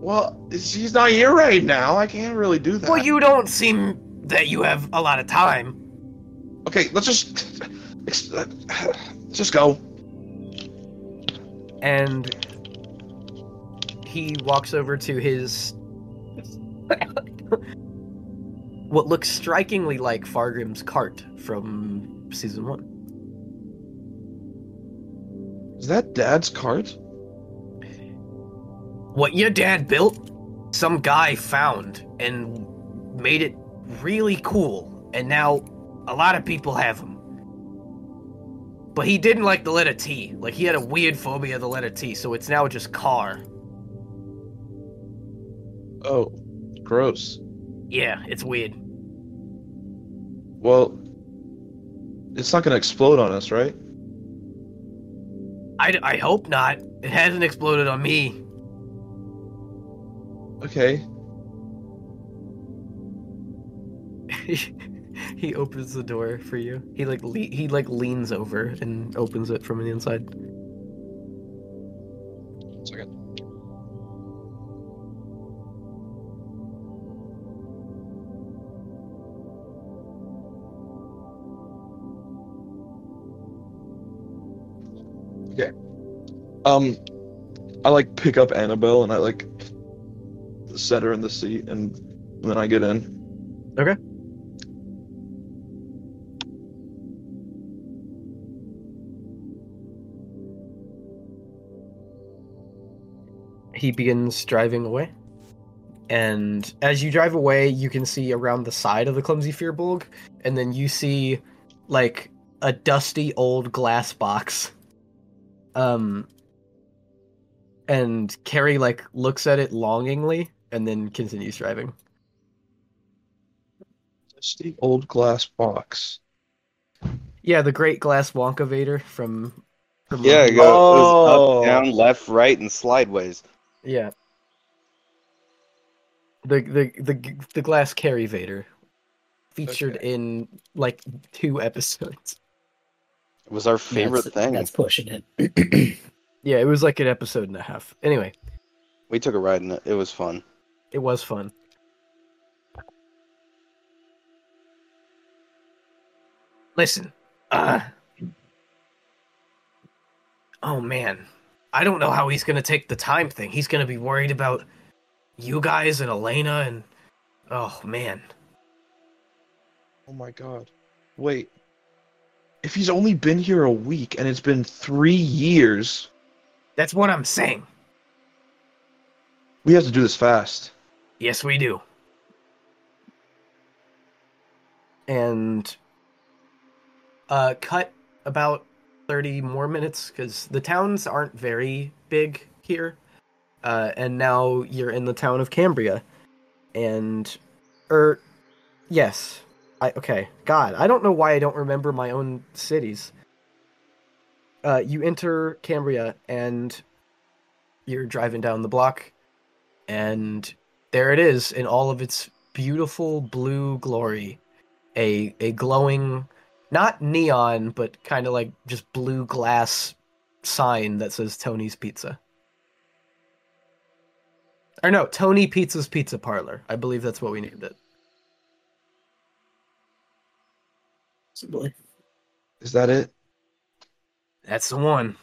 Well, it's- he's not here right now. I can't really do that. Well, you don't seem that you have a lot of time. Okay, let's just let's just go. And he walks over to his what looks strikingly like Fargrim's cart from season one. Is that Dad's cart? What your dad built, some guy found and made it really cool, and now a lot of people have them. But he didn't like the letter T. Like he had a weird phobia of the letter T, so it's now just car. Oh, gross. Yeah, it's weird. Well, it's not gonna explode on us, right? I, I hope not. It hasn't exploded on me. Okay. he opens the door for you. He like le- he like leans over and opens it from the inside. Second. Okay. Um, I like pick up Annabelle and I like set her in the seat and then I get in. He begins driving away. And as you drive away, you can see around the side of the clumsy fearbolg, and then you see like a dusty old glass box. Um and Carrie like looks at it longingly and then continues driving. Dusty old glass box. Yeah, the Great Glass Wonka Vader from. from Yeah, it Loki. goes Oh. up, down, left, right, and slideways. yeah. The the the the glass carry Vader, featured in like two episodes. It was our favorite that's, thing. That's pushing it. Yeah, it was like an episode and a half. Anyway, We took a ride in it. It was fun. it was fun. Listen, uh, oh man, I don't know how he's gonna take the time thing. He's gonna be worried about you guys and Elena and oh man. Oh my god. Wait. If he's only been here a week and it's been three years, That's what I'm saying. we have to do this fast. Yes, we do. And uh, cut about 30 more minutes because the towns aren't very big here. Uh, and now you're in the town of Cambria. And, er, yes. I, okay. God, I don't know why I don't remember my own cities. Uh, you enter Cambria and you're driving down the block and there it is in all of its beautiful blue glory a a glowing not neon but kind of like just blue glass sign that says tony's pizza or no tony pizza's pizza parlor i believe that's what we named it Possibly. Is that it? that's the one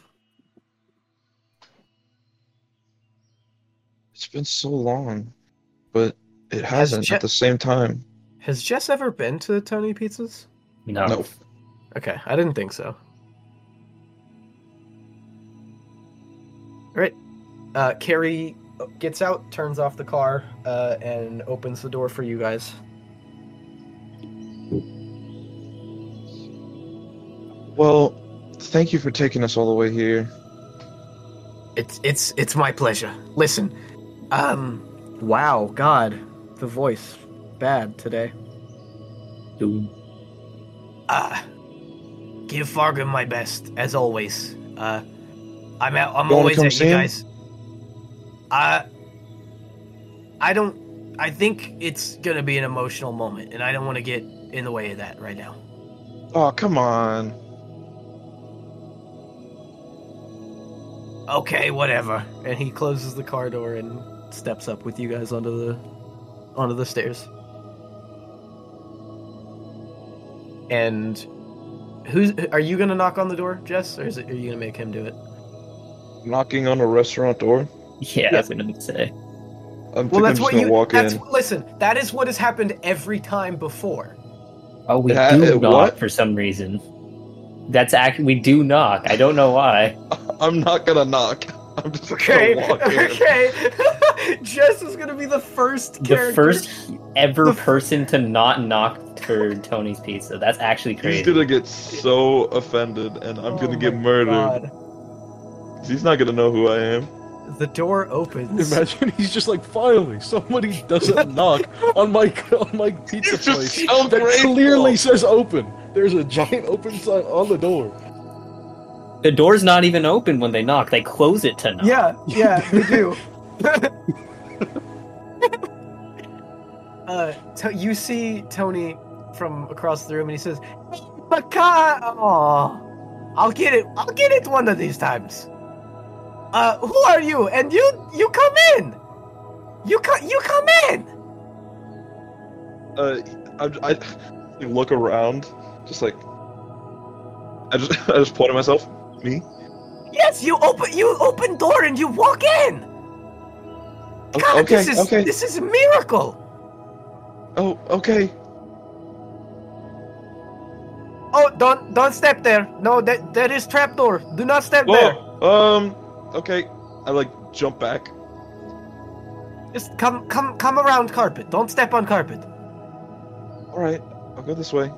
It's been so long, but it hasn't Jeff- at the same time. has jess ever been to tony pizza's No. No. okay i didn't think so all right uh carrie gets out turns off the car uh and opens the door for you guys Well, thank you for taking us all the way here. It's it's it's my pleasure. Listen, um, wow, God, the voice bad today. Doom. Uh give Fargo my best as always. Uh, I'm out. I'm You wanna always come at see you him? guys. Uh, I don't. I think it's gonna be an emotional moment, and I don't want to get in the way of that right now. Oh, come on. Okay, whatever. And he closes the car door and steps up with you guys onto the onto the stairs. And who's are you gonna knock on the door, Jess, or is it are you gonna make him do it? Knocking on a restaurant door? Yeah, Yeah. that's what I'm say. I'm thinking I'm just gonna walk that's, in. Listen, that is what has happened every time before. Oh, we Yeah, do uh, knock what? for some reason. That's act. We do knock. I don't know why. I'm not gonna knock. I'm just gonna walk in. okay. Jess is gonna be the first The first ever The f- person to not knock for Tony's pizza. That's actually crazy. He's gonna get so offended, and I'm Oh gonna get murdered. He's not gonna know who I am. The door opens. Imagine he's just like, finally, somebody doesn't knock on my on my pizza He's just place so that grateful. clearly says open. There's a giant open sign on the door. The door's not even open when they knock. They close it to knock. Yeah, yeah, we do. uh, to- you see Tony from across the room, and he says, "Makai, oh, I'll get it. I'll get it one of these times." Uh, who are you? And you, you come in. You come, you come in. Uh, I, I I look around, just like I just I just point at myself. Me? Yes, you open, you open door, and you walk in. O- God, okay, this is okay. this is a miracle. Oh, okay. Oh, don't don't step there. No, that there is trapdoor. Do not step there. Whoa. Um. Okay. I like jump back. Just come, come, come around carpet. Don't step on carpet. All right. I'll go this way.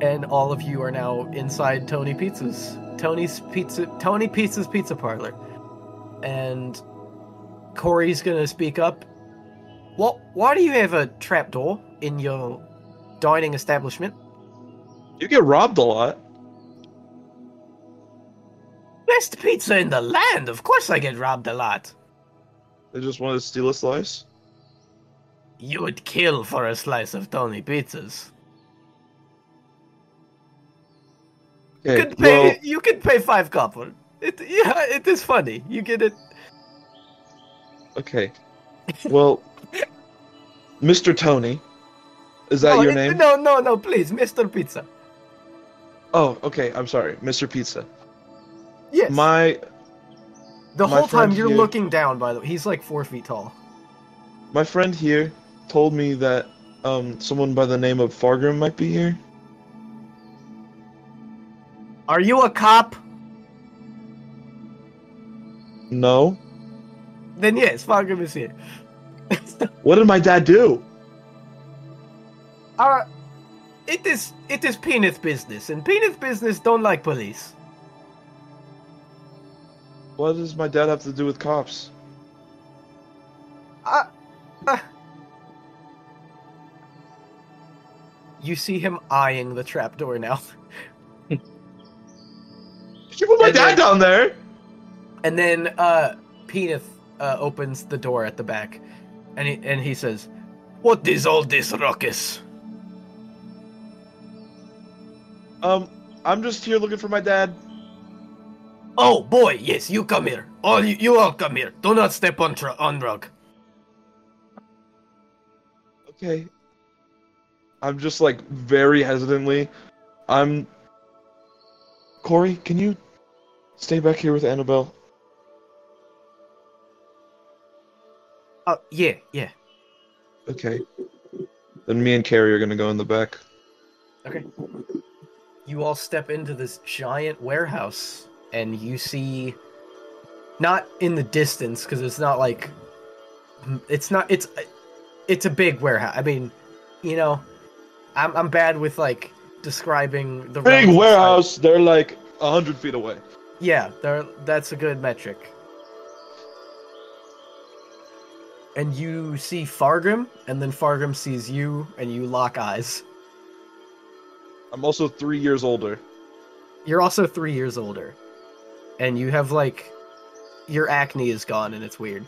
And all of you are now inside Tony Pizza's, Tony's Pizza, Tony Pizza's Pizza Parlor. And Corey's gonna speak up. What? Why do you have a trapdoor in your dining establishment? You get robbed a lot. Best pizza in the land. Of course, I get robbed a lot. They just wanted to steal a slice. You would kill for a slice of Tony Pizza's. Okay. could pay. well, You could pay five copper. It, yeah, it is funny. You get it. Okay. Well, Mr. Tony, is that no, your it- name? Oh, No, no, no. Please, Mr. Pizza. Oh, okay. I'm sorry, Mr. Pizza. Yes. My the my whole time friend you're here- looking down. By the way, he's like four feet tall. my friend here told me that um someone by the name of Fargrim might be here. Are you a cop? No. Then yes, Fargrim is here. What did my dad do? Uh, it is it is penis business, and penis business don't like police. What does my dad have to do with cops? Uh, uh. You see him eyeing the trapdoor now, You put my And dad then- down there. and then uh, penis uh, opens the door at the back, and he and he says, "What is all this ruckus?" Um, I'm just here looking for my dad. Oh boy, yes, you come here. All you, you all come here. Do not step on tra- on rug. Okay. I'm just like very hesitantly. I'm. Corey, can you stay back here with Annabelle? Oh yeah, yeah. Okay. Then me and Carrie are gonna go in the back. Okay. You all step into this giant warehouse and you see not in the distance cuz it's not like it's not it's it's a big warehouse. I mean, you know, I'm I'm bad with like describing the Big relative warehouse. They're like a hundred feet away. size. Yeah, there that's a good metric. And you see Fargrim and then Fargrim sees you and you lock eyes. I'm also three years older. You're also three years older, and you have like your acne is gone, and it's weird.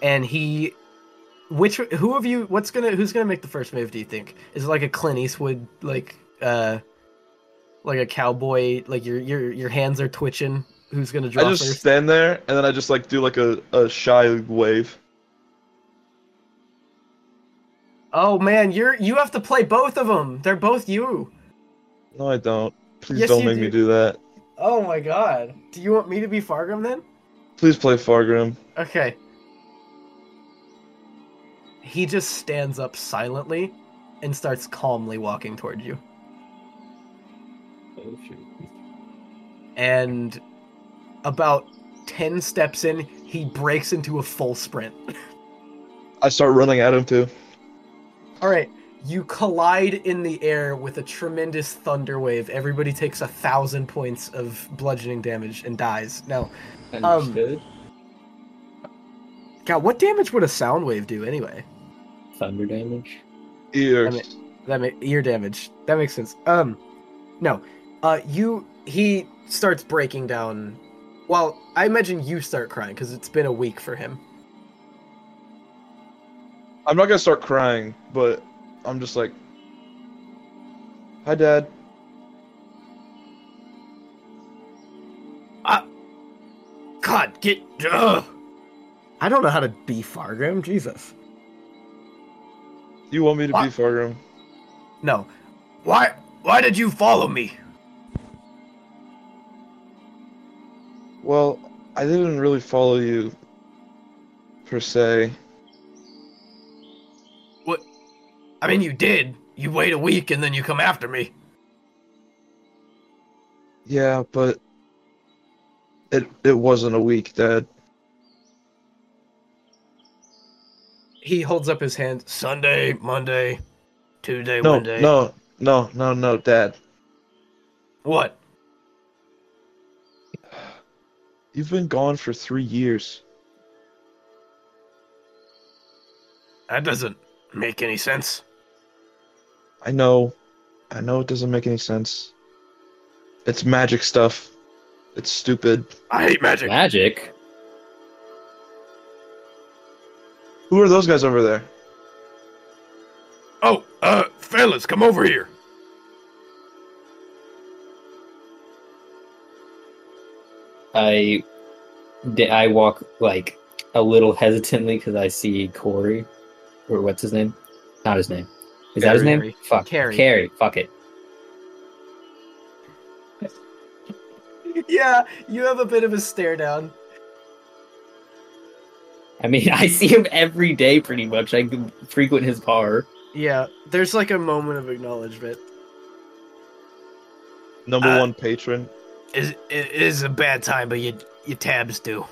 And he, which who of you? What's gonna who's gonna make the first move? Do you think is it like a Clint Eastwood like uh like a cowboy like your your your hands are twitching? Who's gonna draw I just first? stand there and then I just like do like a, a shy wave. Oh man, you're you have to play both of them. They're both you. No, I don't. Please Yes, don't you make do. me do that. Oh my god. Do you want me to be Fargrim then? Please play Fargrim. Okay. He just stands up silently and starts calmly walking toward you. Oh, shoot. And about 10 steps in, he breaks into a full sprint. I start running at him too. All right, you collide in the air with a tremendous thunder wave. Everybody takes a thousand points of bludgeoning damage and dies. Now, Um, Understood. God, what damage would a sound wave do anyway? Thunder damage. Ear. Damn it. that ma- ear damage. That makes sense. Um, no, uh, you he starts breaking down. Well, I imagine you start crying because it's been a week for him. I'm not gonna start crying, but I'm just like, "Hi, Dad." God, get. Ugh. I don't know how to be Fargrim. Jesus. You want me to What? be Fargrim? No. Why? Why did you follow me? Well, I didn't really follow you, per se. I mean, you did. You wait a week and then you come after me. Yeah, but it it wasn't a week, Dad. He holds up his hand. Sunday, Monday, Tuesday, No, Wednesday. no, no, no, no, Dad. What? You've been gone for three years. That doesn't make any sense. I know, I know it doesn't make any sense. It's magic stuff. It's stupid. I hate magic. Magic. Who are those guys over there? Oh, uh, fellas, come over here. I, di- I walk like a little hesitantly because I see Corey, or what's his name? Not his name. Is that his Carrie. name? Fuck. Carrie. Carrie. Fuck it. yeah, you have a bit of a stare down. I mean, I see him every day pretty much. I frequent his bar. Yeah, there's like a moment of acknowledgement. Number Uh, one patron. It, it is a bad time, but your your tabs do.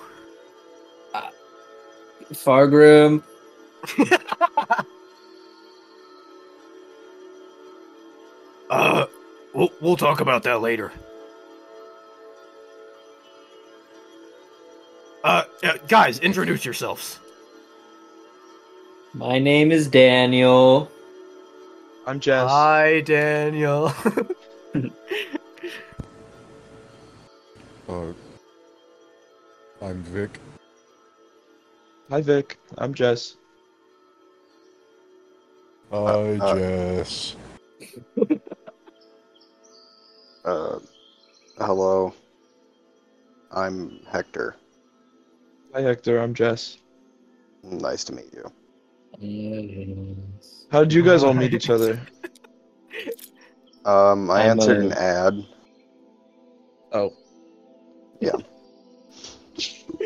Fargrim, Uh, we'll we'll talk about that later. Uh, uh guys, introduce yourselves. my name is Daniel. I'm Jazz. Hi, Daniel. Uh, I'm Vic. Hi Vic. I'm Jess. Hi, uh. Jess. Uh, hello. I'm Hector. Hi Hector. I'm Jess. Nice to meet you. How did you guys all meet each other? Um, I I'm, answered uh, an ad. Oh.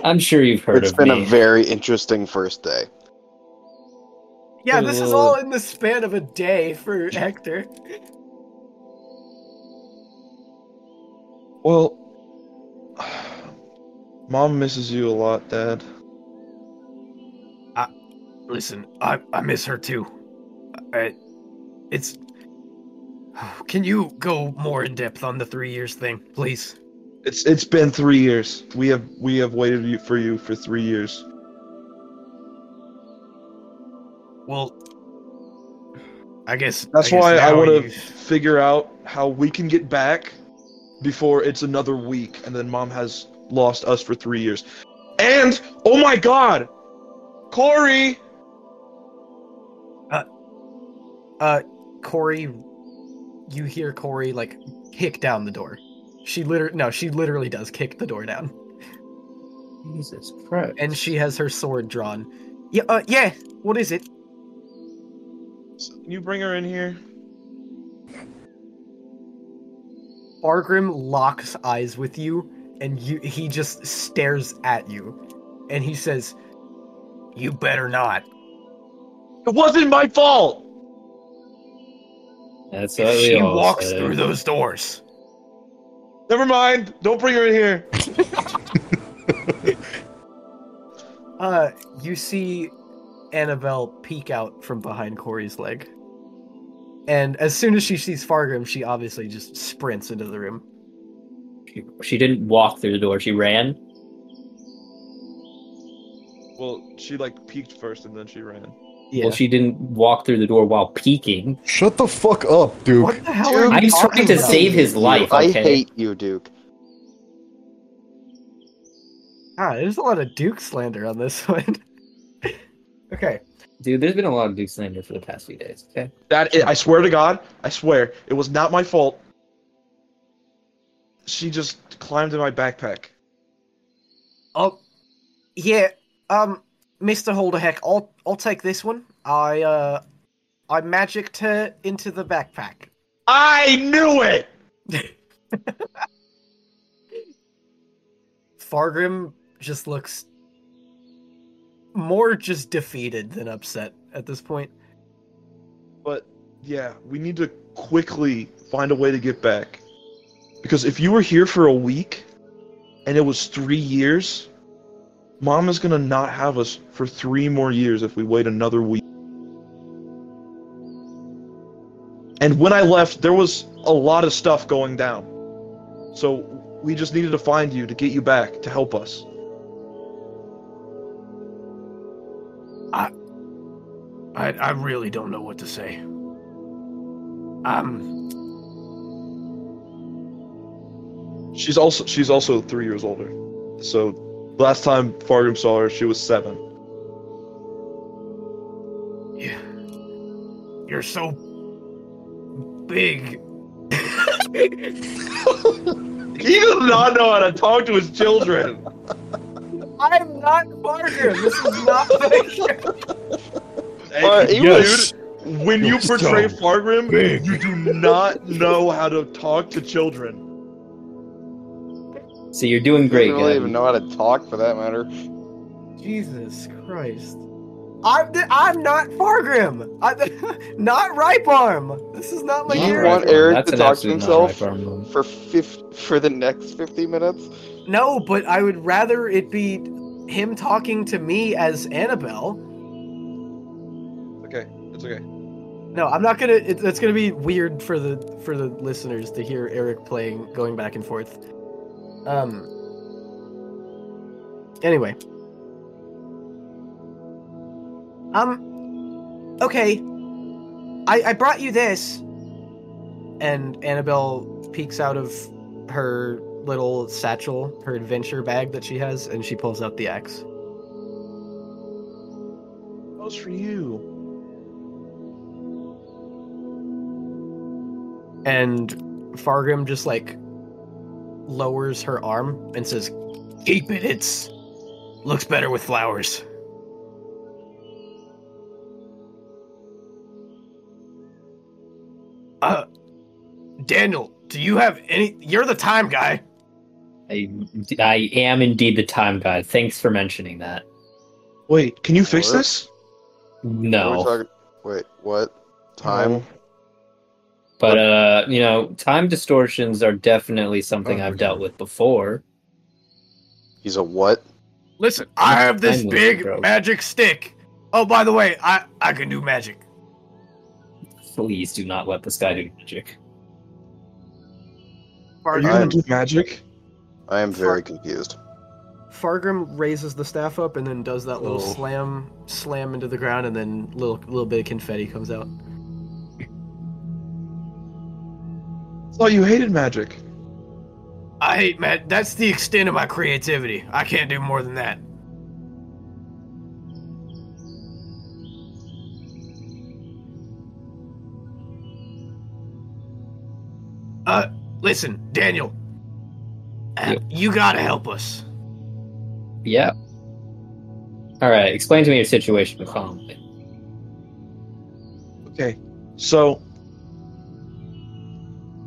I'm sure you've heard It's of been me. a very interesting first day. yeah, this is all in the span of a day for Hector. Well, mom misses you a lot, Dad. Listen, I I miss her too. I, it's. Can you go more in depth on the three years thing, please? It's it's been three years. We have we have waited you- for you for three years. Well, I guess That's guess why I now want to you- figure out how we can get back before it's another week, and then Mom has lost us for three years. And oh my God, Corey, Corey, you hear Corey like kick down the door. She literally no, she literally does kick the door down, Jesus Christ. and she has her sword drawn. Yeah, uh, yeah. What is it? can you bring her in here? Bargrim locks eyes with you, and you he just stares at you, and he says, "You better not." It wasn't my fault. That's what If we she all walks said. through those doors. Never mind. Don't bring her in here. Uh, you see Annabelle peek out from behind Corey's leg. And as soon as she sees Fargrim, she obviously just sprints into the room. She, she didn't walk through the door. She ran. Well, she like peeked first, and then she ran. Yeah. Well, she didn't walk through the door while peeking. Shut the fuck up, Duke. what the hell Dude, are you I'm talking trying to about? save his life. I Okay? hate you, Duke. Ah, there's a lot of Duke slander on this one. okay. Dude, there's been a lot of Duke slander for the past few days. Okay. That I I swear to God, I swear it was not my fault. She just climbed in my backpack. Oh, yeah. Um, Mr. Holderheck, I'll I'll take this one. I uh, I magicked her into the backpack. I knew it. Fargrim just looks more just defeated than upset at this point. But yeah, we need to quickly find a way to get back. Because if you were here for a week and it was three years, mom is gonna not have us for three more years if we wait another week. And when I left, there was a lot of stuff going down. So we just needed to find you to get you back to help us. I I really don't know what to say. Um, She's also she's also three years older. So last time Fargrim saw her, she was seven. yeah. You're so big. He does not know how to talk to his children. I'm not Fargrim. This is not Fargrim. Hey, Uh, he yes. dude, when you You're so portray Fargrim, Big. you do not know how to talk to children. So you're doing great, doesn't really Gavin. even know how to talk for that matter. Jesus Christ. I'm th- I'm not Fargrim. I, not Ripe Arm. This is not my You character. want Eric That's to an talk to absolute himself non-right arm move. for fif- for the next fifty minutes? No, but I would rather it be him talking to me as Annabelle. Okay, it's okay. No, I'm not gonna. It, it's gonna be weird for the for the listeners to hear Eric playing, going back and forth. Um. Anyway. Um. Okay. I I brought you this. And Annabelle peeks out of her little satchel, her adventure bag that she has, and she pulls out the axe. That was for you. And Fargrim just like lowers her arm and says, "Keep it. It's looks better with flowers." Uh, Daniel, do you have any? You're the time guy. I, I am indeed the time guy. Thanks for mentioning that. Wait, can you fix What? this? We're No, talking- wait, what time? but uh, you know, time distortions are definitely something Oh, I've okay. dealt with before. He's a what? Listen, I have this I'm with you, big bro. magic stick. Oh, by the way, I I can do magic. Please do not let this guy do magic. Are you Fargrim, gonna I'm- do magic? I am very confused. Fargrim raises the staff up and then does that little Oh. slam, slam into the ground, and then little little bit of confetti comes out. I thought you hated magic. I hate Matt. That's the extent of my creativity. I can't do more than that. Uh, listen, Daniel. Uh, Yeah. You gotta help us. Yeah. All right, explain to me your situation calmly. Okay, so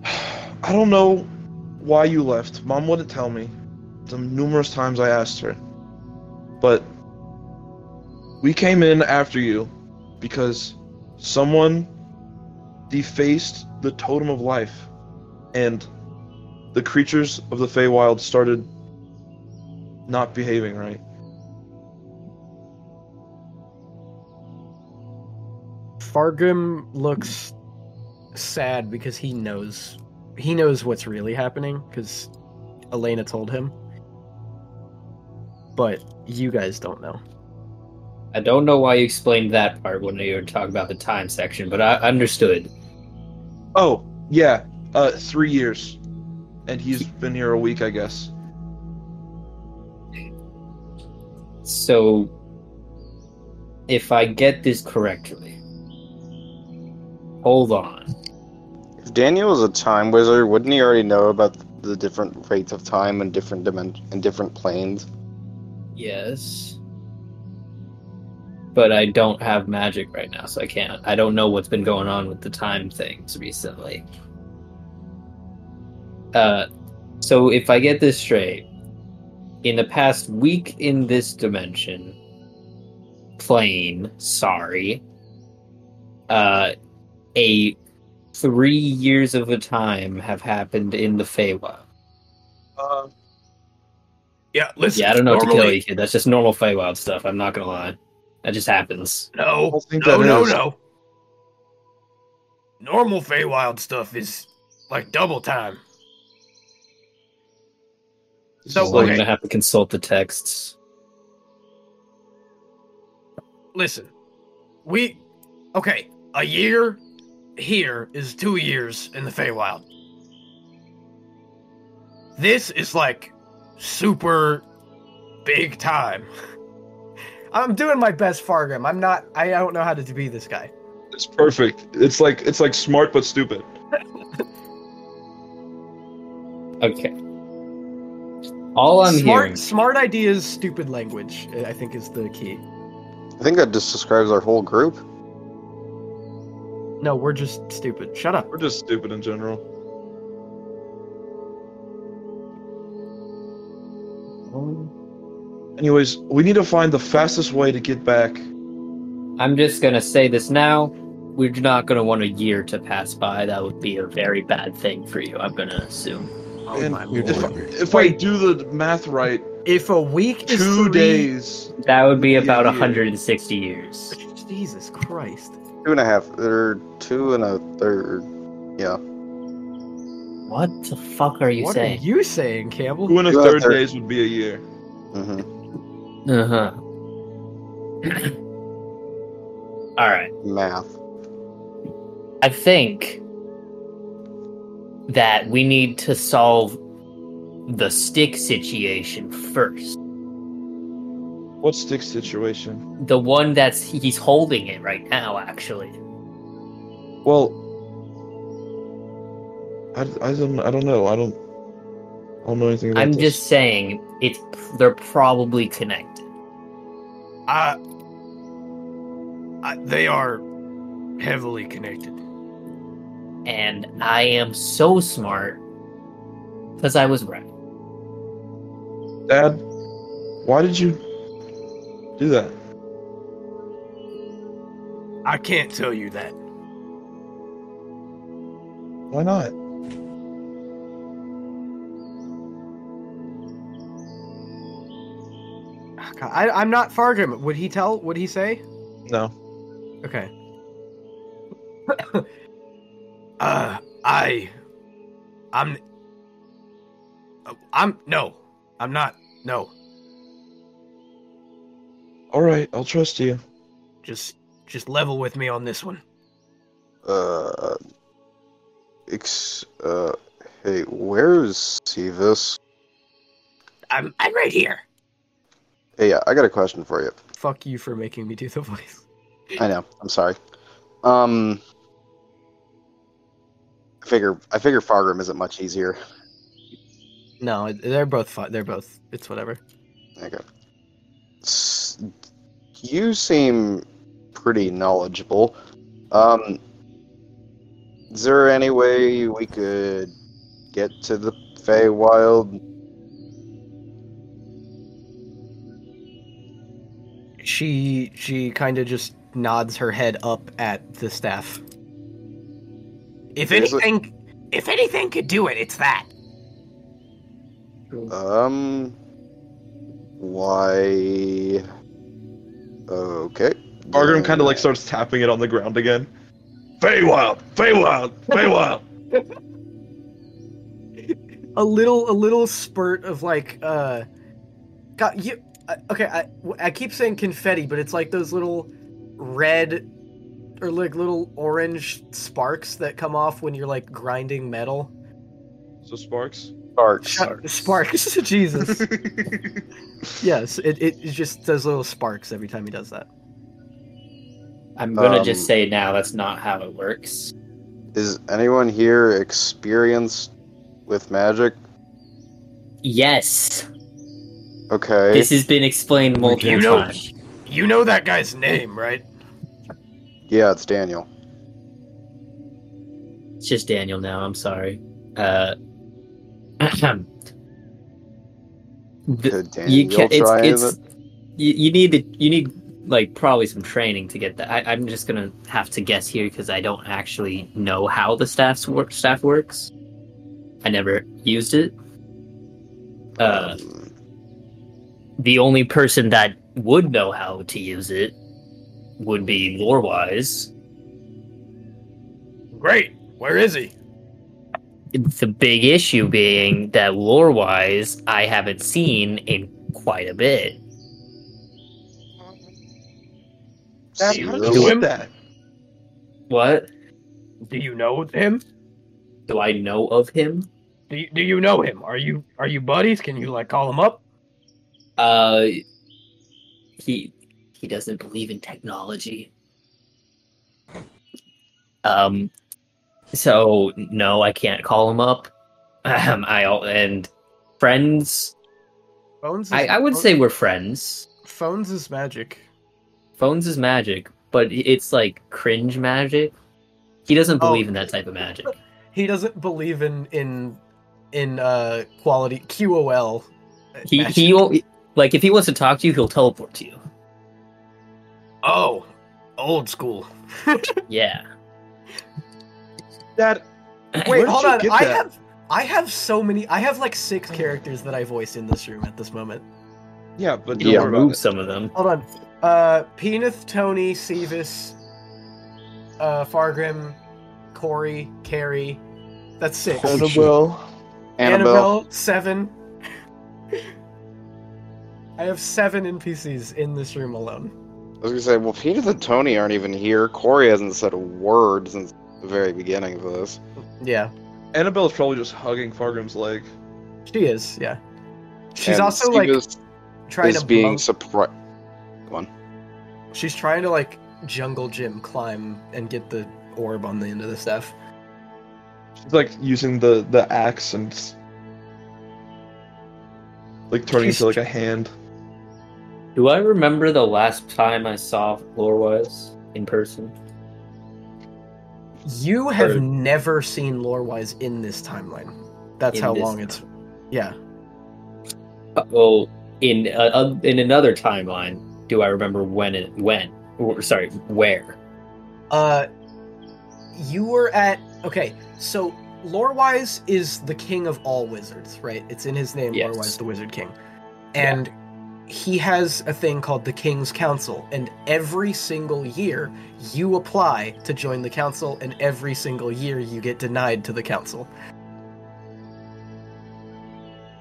I don't know why you left. Mom wouldn't tell me. The numerous times I asked her, but we came in after you because someone defaced the totem of life, and the creatures of the Feywild started not behaving right. Fargrim looks sad because he knows he knows what's really happening because Elena told him. But you guys don't know. I don't know why you explained that part when you were talking about the time section, but I understood. Oh yeah, uh, three years, and he's been here a week, I guess. So, if I get this correctly, hold on. If Daniel was a time wizard, wouldn't he already know about the different rates of time and different dimension and different planes? Yes. But I don't have magic right now, so I can't. I don't know what's been going on with the time things recently. Uh, so if I get this straight, in the past week in this dimension, plane, sorry, uh, a three years of a time have happened in the Feywild. Uh, Yeah, listen. Yeah, I don't know what to tell you, kid. That's just normal Feywild stuff. I'm not gonna lie. That just happens. I No, don't think that is. no. Normal Feywild stuff is like double time. So No, we're okay. gonna have to consult the texts. Listen, we okay. A year here is two years in the Feywild. This is like super big time. I'm doing my best, Fargrim. I'm not. I don't know how to be this guy. It's perfect. It's like it's like smart but stupid. Okay. All I'm smart, hearing. smart ideas, stupid language. I think is the key. I think that just describes our whole group. No, we're just stupid. Shut up. We're just stupid in general. Um, Anyways, we need to find the fastest way to get back. I'm just gonna say this now. We're not gonna want a year to pass by. That would be a very bad thing for you. I'm gonna assume. Oh And my You're If, lord. I, Lord. if I Wait. do the math right, If a week is two three- days. That would be about Yeah. 160 years. Jesus Christ. Two and a half, or two and a third. Yeah. What the fuck are you what saying? are you saying, Campbell? Two and a Two and a third third. days would be a year. hmm Uh huh. All right. Math. I think that we need to solve the stick situation first. What's stick situation? The one that's he's holding it right now, actually. Well, I, I don't I don't know I don't I don't know anything about I'm this. just saying it's they're probably connected. I, I, they are heavily connected. and I am so smart because I was right. Dad, why did you do that? I can't tell you that. Why not? Oh, I, I'm not Fargrim. Would he tell? Would he say? No. Okay. uh, I, I'm, I'm no, I'm not. No, All right, I'll trust you. just, just level with me on this one. Uh. Ex. Uh. Hey, where's Sevis? I'm, I'm right here. Hey, yeah, I got a question for you. Fuck you for making me do the voice. I know. I'm sorry. Um. I figure. I figure Fargrim isn't much easier. No, they're both fun. They're both. It's whatever. Okay. S- You seem pretty knowledgeable. Um, is there any way we could get to the Feywild? She, she kind of just nods her head up at the staff. If There's a- anything, if anything could do it, it's that. Um, why? Okay. Bargram kind of like starts tapping it on the ground again. Feywild, Feywild, Feywild. a little a little spurt of like uh god you I- okay i i keep saying confetti but it's like those little red or like little orange sparks that come off when you're like grinding metal So Sparks. Sparks. sparks, sparks. jesus yes it, it it's just those little sparks every time he does that I'm gonna just Um, say now that's not how it works. Is anyone here experienced with magic? Yes, Okay. this has been explained multiple You know- times. you know that guy's name right yeah, it's Daniel. It's just Daniel now. I'm sorry. Uh, the, Could Daniel you can try It's, it's it? you, you need to you need like probably some training to get that. I, I'm just gonna have to guess here because I don't actually know how the staff's work, staff works. I never used it. Uh, Um, the only person that would know how to use it would be Lorewise, great where is he the big issue being that lore wise i haven't seen in quite a bit Dad, how did Zero. you get that? what do you know him do i know of him do you, do you know him are you are you buddies can you like call him up uh he he doesn't believe in technology um so no i can't call him up um i al- and friends phones is- i i would say we're friends phones is magic phones is magic but it's like cringe magic he doesn't Oh. believe in that type of magic he doesn't believe in in in uh quality QOL. he magic. he o- Like if he wants to talk to you, he'll teleport to you. Oh, old school. Yeah. That Wait, Where'd hold you on. get I that? have I have so many. I have like six characters that I voice in this room at this moment. yeah, but don't You worry can about remove it. some of them. Hold on. Uh, Peneth, Tony, Seavis, uh, Fargrim, Corey, Carrie. That's six. Holy shit. Annabelle. seven. I have seven NPCs in this room alone. I was gonna say, well, Peter and Tony aren't even here. Corey hasn't said a word since the very beginning of this. Yeah, Annabelle's probably just hugging Fargrim's leg. she is. Yeah, she's And also Steve like is, trying is to. being bump- surprised. she's trying to like jungle gym climb and get the orb on the end of the stuff. She's like using the the axe and s- like turning She's- into like a hand. Do I remember the last time I saw Lorewise in person? You have Or- never seen Lorewise in this timeline. That's In how this long it's. Yeah. Uh, Well, in uh, uh, in another timeline, do I remember when it when? Or, sorry, where? Uh, you were at okay. So Lorewise is the king of all wizards, right? It's in his name, Yes. Lorewise, the Wizard King, and he has a thing called the King's Council. And every single year, you apply to join the council, and every single year you get denied to the council.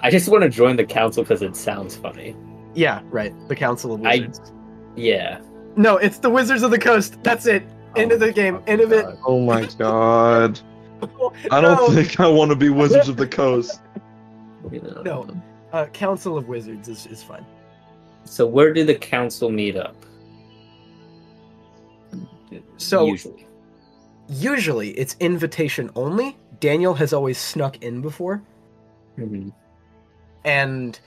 I just want to join the council because it sounds funny. Yeah, right. The Council of I- Wizards. Yeah. No, it's the Wizards of the Coast. That's it. End of the game. End of it. Oh my god. I don't No. think I want to be Wizards of the Coast. No. Uh, Council of Wizards is, is fine. So where do the council meet up? So- usually. Usually, it's invitation only. Daniel has always snuck in before, Mhm. and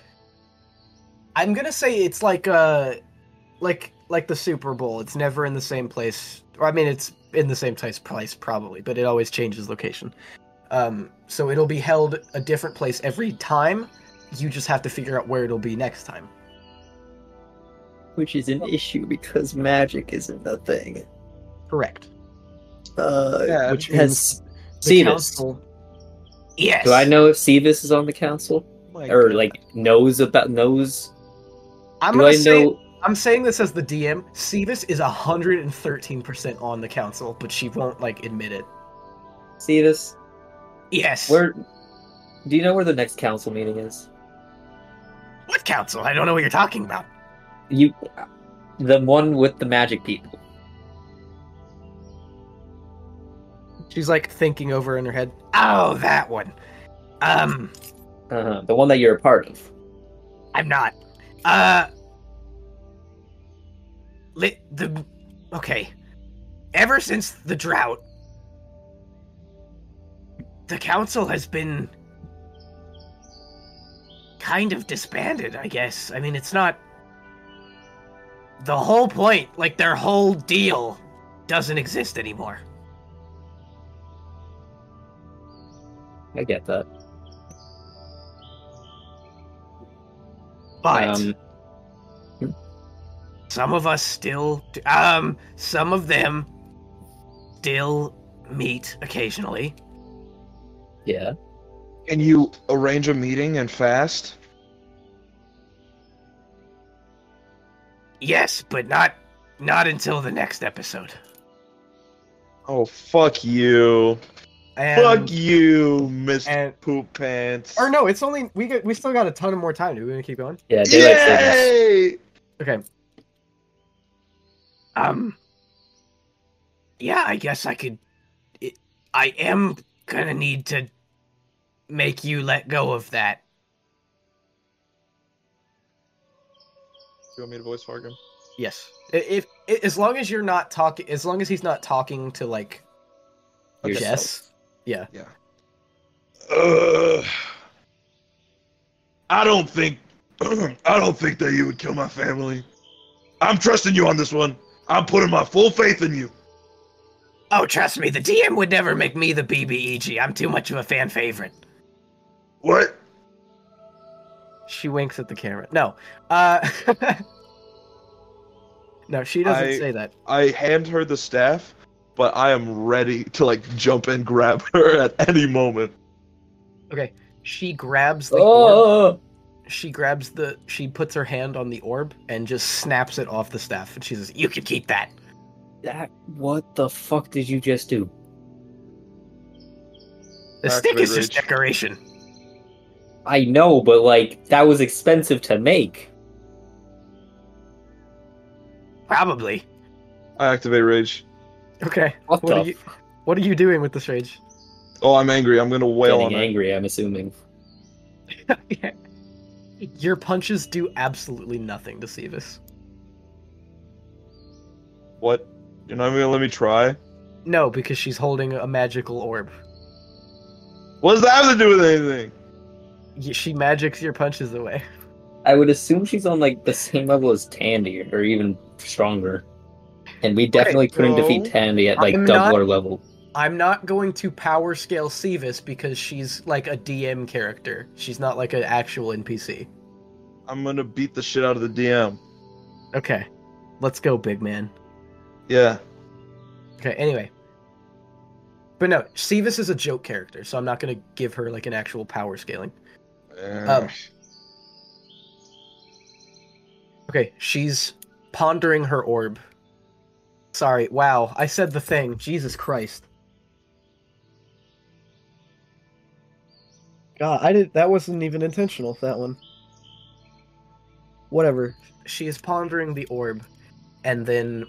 I'm gonna say it's like uh, like like the Super Bowl. It's never in the same place, or I mean, it's in the same place, place probably, but it always changes location. Um, so it'll be held a different place every time. You just have to figure out where it'll be next time. Which is an issue because magic isn't a thing. Correct. Uh, Yeah, which which has The Seavis. council- Yes. Do I know if Seavis is on the council or like knows about knows? I'm do gonna I say- know? I'm saying this as the DM. Seavis is 113% on the council, but she won't like admit it. Seavis, Yes. where do you know where the next council meeting is? What council? I don't know what you're talking about. You, the one with the magic people. She's like thinking over in her head. Oh, that one. Um, Uh-huh. The one that you're a part of. I'm not. Uh li- the okay. Ever since the drought, the council has been kind of disbanded, I guess. I mean, it's not the whole point, like their whole deal doesn't exist anymore. I get that. But Um, Some of us still, um, some of them still meet occasionally. yeah. Can you arrange a meeting and fast? Yes, but not, not until the next episode. Oh fuck you. fuck you, Miss and- Poop Pants. Or no, it's only we get, we still got a ton more time. Do we want to keep going? Yeah. Daylight savings. Yay! Okay. Um. Yeah, I guess I could. It, I am gonna need to make you let go of that. You want me to voice Fargrim? Yes. If, if as long as you're not talking, as long as he's not talking to like Yourself. Jess. Yeah. Ugh. I don't think I don't think that you would kill my family. I'm trusting you on this one. I'm putting my full faith in you. Oh, trust me, the DM would never make me the E BBEG. I'm too much of a fan favorite. What? She winks at the camera. No. Uh No, she doesn't I- say that. I hand her the staff, but I am ready to like jump and grab her at any moment. She grabs the orb. Oh, She grabs the she puts her hand on the orb and just snaps it off the staff and she says, "You can keep that." that! What the fuck did you just do? The stick Activate is just rage. decoration. I know, but like that was expensive to make. Probably. I activate rage. Okay. What, What the are you What are you doing with this rage? Oh, I'm angry. I'm gonna wail on getting her. angry? I'm assuming. Your punches do absolutely nothing to Sevis. What? You're not even gonna let me try? No, because she's holding a magical orb. What does that have to do with anything? Y- She magics your punches away. I would assume she's on like the same level as Tandy, or even stronger. And we definitely couldn't no. defeat Tandy at like I'm double not- our level. I'm not going to power scale Sevis because she's like a DM character. She's not like an actual NPC. I'm gonna beat the shit out of the DM. Okay. Let's go, big man. Yeah. Okay, anyway. But no, Sevis is a joke character, so I'm not going to give her like an actual power scaling. Uh, Um, Okay, she's pondering her orb. Sorry, wow, I said the thing. Jesus Christ. God, I did that wasn't even intentional, that one. Whatever. She is pondering the orb and then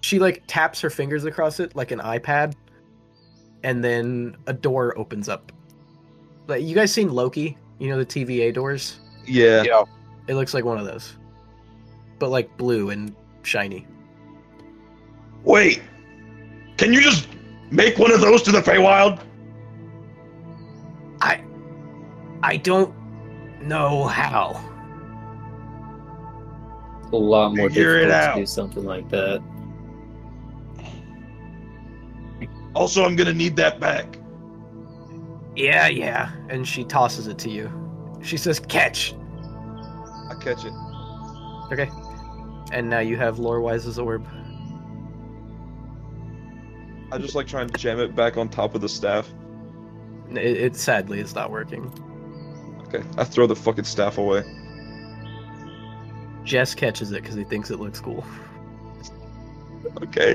she like taps her fingers across it like an iPad and then a door opens up. Like you guys seen Loki? You know the TVA doors? yeah. Yeah. It looks like one of those, but like blue and shiny. Wait. Can you just make one of those to the Feywild? I don't know how. A lot more Figure it difficult out. to do something like that. Also, I'm gonna need that back. Yeah, yeah. And she tosses it to you. She says, catch! I catch it. Okay. And now you have Lorewise's orb. I just like try and jam it back on top of the staff. It, it sadly is not working. Okay. I throw the fucking staff away. Jess catches it because he thinks it looks cool. Okay.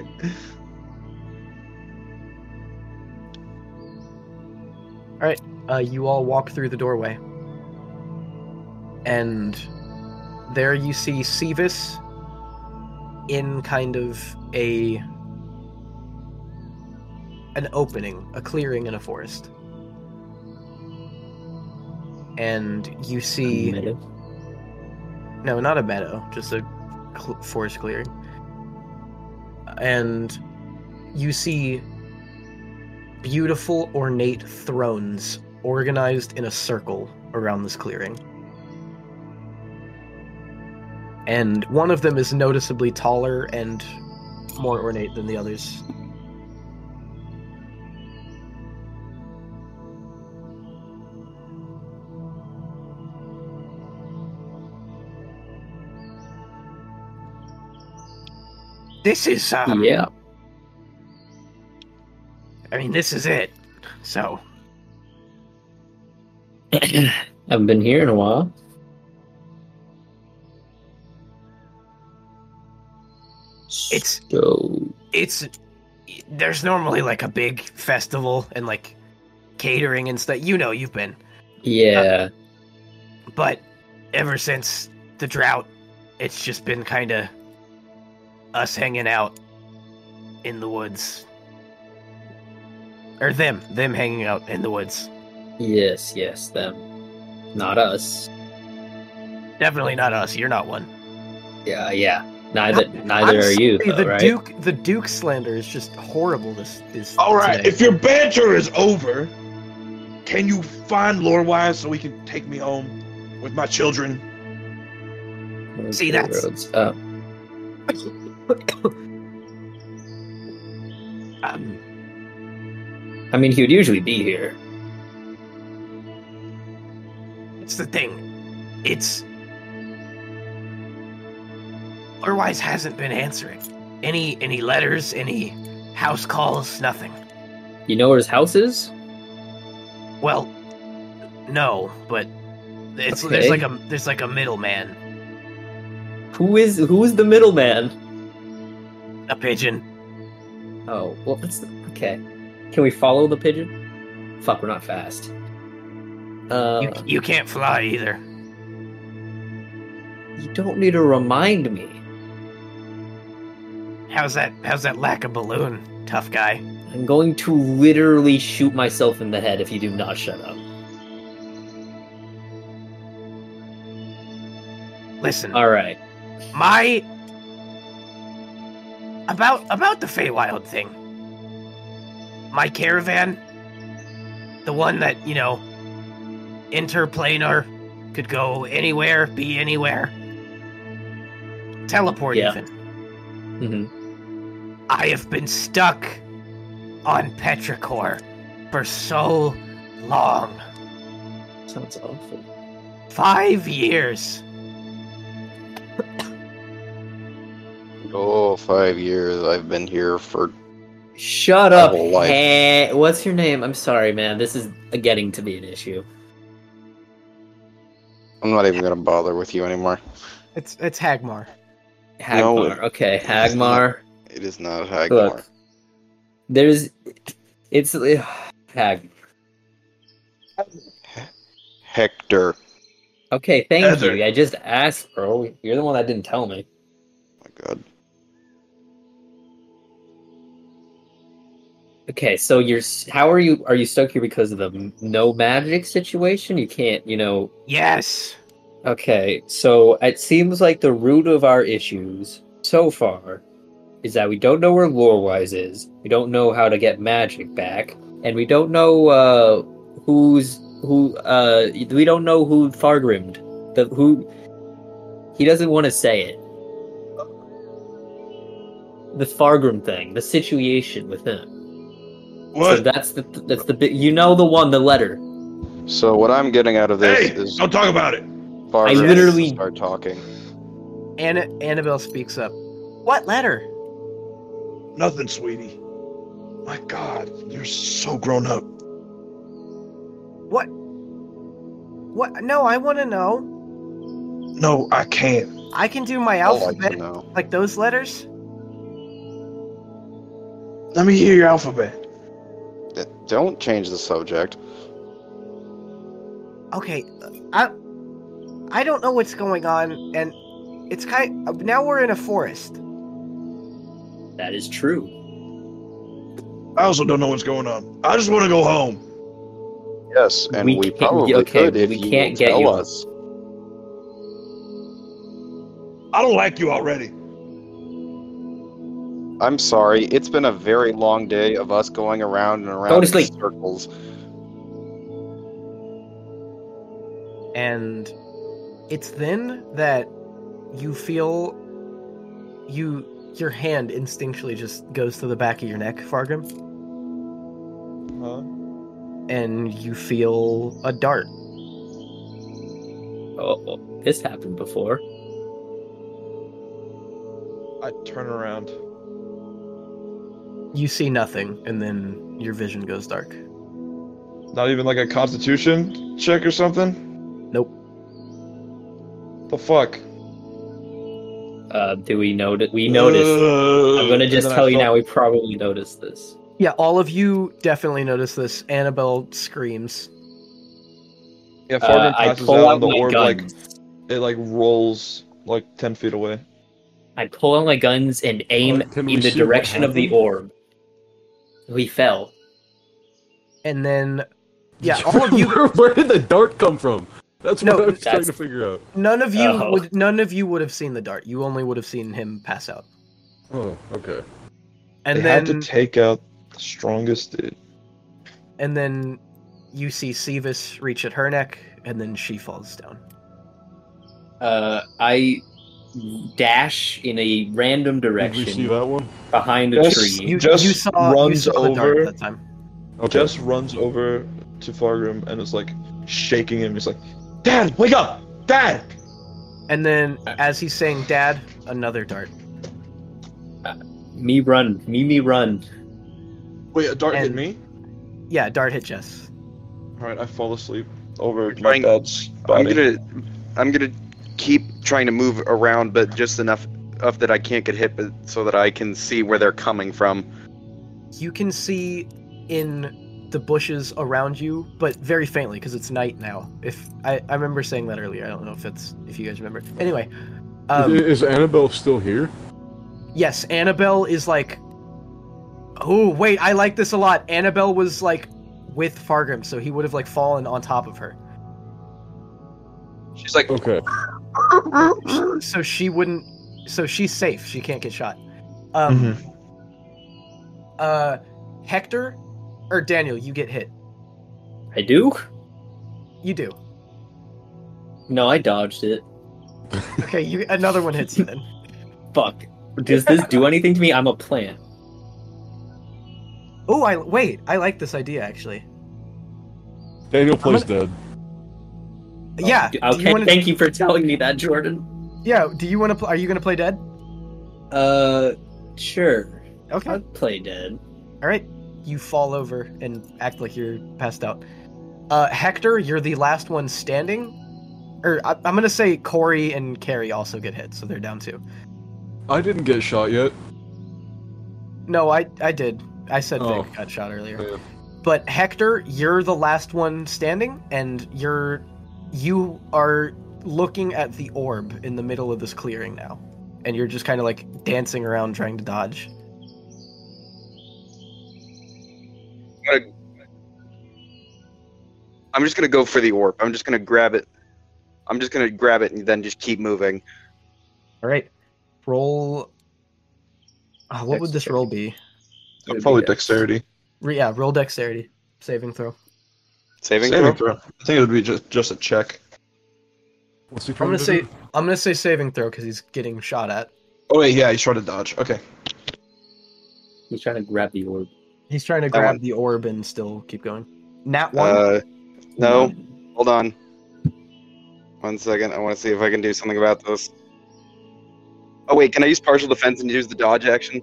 uh, you all walk through the doorway. And there you see Sevis in kind of a an opening, a clearing in a forest. And you see Meta. no, not a meadow, just a cl- forest clearing. And you see beautiful, ornate thrones organized in a circle around this clearing. And one of them is noticeably taller and more ornate than the others. This is, um, Yeah. I mean, this is it. So, Haven't been here in a while. It's- so it's there's normally like a big festival and like catering and stuff. You know, you've been, Uh, yeah. but ever since the drought, it's just been kind of us hanging out in the woods, or them, them hanging out in the woods. yes, yes, them. Not us. Definitely not us. You're not one. Yeah, yeah. Neither neither I'm are you, sorry, though, the right? Duke, the Duke slander is just horrible. This is All right, if your banter is over, can you find Lord Wise so he can take me home with my children? Those See, that's- roads Oh, up. um, I mean, he would usually be here. It's the thing. It's. Otherwise, hasn't been answering. Any any letters, any house calls, nothing. You know where his house is? Well, no, but it's Okay. there's like a there's like a middleman, Who is who is the middleman? a pigeon. Oh, well, that's okay. Can we follow the pigeon? Fuck, we're not fast. Uh, you, you can't fly either. you don't need to remind me. How's that? How's that lack of balloon, tough guy? I'm going to literally shoot myself in the head if you do not shut up. Listen, All right. my about about the Feywild thing. My caravan, the one that you know, interplanar, could go anywhere, be anywhere, teleport Yeah. even. hmm I have been stuck on Petrichor for so long. Sounds awful. Five years. Oh, five years. I've been here for. Shut My up. whole life. Eh, what's your name? I'm sorry, man. This is getting to be an issue. I'm not even gonna bother with you anymore. It's it's Hagmar. No, Hagmar. it- okay, it's not- Hagmar. It is not Hagmar. Look. There's. It's. Hag. Hector. Okay, thank Heather. you. I just asked, bro. You're the one that didn't tell me. my God. Okay, so you're. s- How are you? Are you stuck here because of the m- no magic situation? You can't, you know. Yes. Okay, so it seems like the root of our issues so far is that we don't know where Lorewise is. We don't know how to get magic back, and we don't know uh, who's who. Uh, we don't know who Fargrimmed. The who. He doesn't want to say it. The Fargrim thing, the situation with him. So What? that's the that's the bit. You know the one, the letter. So what I'm getting out of this Hey, is don't talk about it. Barbara I needs to literally- start talking. Anna Annabelle speaks up. What letter? Nothing, sweetie. My God, you're so grown up. What? What? No, I want to know. No, I can't. I can do Oh, my I'd like alphabet to know. like those letters. Let me hear your alphabet. D- Don't change the subject. Okay, uh, I I don't know what's going on, and it's kind. now we're in a forest. That is true. I also don't know what's going on. I just want to go home. Yes, and We we, can't- probably okay, could if we you can't will get tell you- us. I don't like you already. I'm sorry. It's been a very long day of us going around and around Go to in sleep. circles. And it's then that you feel you your hand instinctually just goes to the back of your neck, Fargrim, Huh? and you feel a dart. Oh, oh, this happened before. I turn around. You see nothing, and then your vision goes dark. Not even like a constitution check or something? Nope. The fuck? Uh, do we notice? We noticed. I'm gonna just Uh, and then I tell you felt- now. We probably noticed this. Yeah, all of you definitely notice this. Annabelle screams. Yeah, Uh, Fargan I passes pull out, out and the my orb like guns. it like rolls like ten feet away. I pull out my guns and aim Uh, can we in the see what direction of the happened? orb. We fell. And then, yeah, all of you, where, where did the dart come from? That's No, what I was trying that's- to figure out. none of you Oh. would, none of you would have seen the dart. You only would have seen him pass out. Oh, okay. And they then, had to take out the strongest dude. and then, you see Sevis reach at her neck, and then she falls down. Uh, I dash in a random Did we see direction that one? behind a Yes. tree. You Just you saw, runs you saw the dart over. that time. Okay. Jess runs over to Fargrim and is like shaking him. He's like, Dad, wake up! Dad! And then as he's saying, Dad, another dart. Me run, me me run. Wait, a dart hit And- me? Yeah, Uh, dart hit Jess. Alright, I fall asleep over You're my trying- dad's I'm body. gonna, I'm gonna keep trying to move around, but just enough, enough that I can't get hit, but so that I can see where they're coming from. You can see in the bushes around you, but very faintly because it's night now. If I, I remember saying that earlier, I don't know if that's if you guys remember. Anyway, um, is Annabelle still here? Yes, Annabelle is like. Oh wait, I like this a lot. Annabelle was like with Fargrim, so he would have like fallen on top of her, She's like, Okay. so she wouldn't. So she's safe. She can't get shot. Um, Mm-hmm. uh, Hector or Daniel, you get hit. I do? You do. No, I dodged it. Okay, you another one hits you then. Fuck. Does this do anything to me? I'm a plant. Oh, I wait. I like this idea actually. Daniel plays dead. Yeah. do Oh, Okay, you wanna, thank you for telling me that, Jordan. Yeah. Do you want to? Pl- are you gonna play dead? Uh, sure. Okay. I'd play dead. All right, you fall over and act like you're passed out. Uh, Hector, you're the last one standing. Or I, I'm gonna say Corey and Carrie also get hit, so they're down too. I didn't get shot yet. No, I I did. I said Oh. Vic got shot earlier. Yeah. But Hector, you're the last one standing, and you're you are looking at the orb in the middle of this clearing now, and you're just kind of like dancing around trying to dodge. I'm just gonna go for the orb. I'm just gonna grab it. I'm just gonna grab it and then just keep moving. All right, roll. Uh, what would this roll be? It'd be Probably dex. dexterity. Re- Yeah, roll dexterity. Saving throw. Saving, Saving throw. throw. I think it would be just, just a check. What's he I'm trying gonna to say do? I'm gonna say saving throw because he's getting shot at. Oh, wait, yeah, he's trying to dodge. Okay. He's trying to grab the orb. He's trying to That grab one. the orb and still keep going. Nat one. Uh, no, hold on. One second. I want to see if I can do something about this. Oh wait, can I use partial defense and use the dodge action?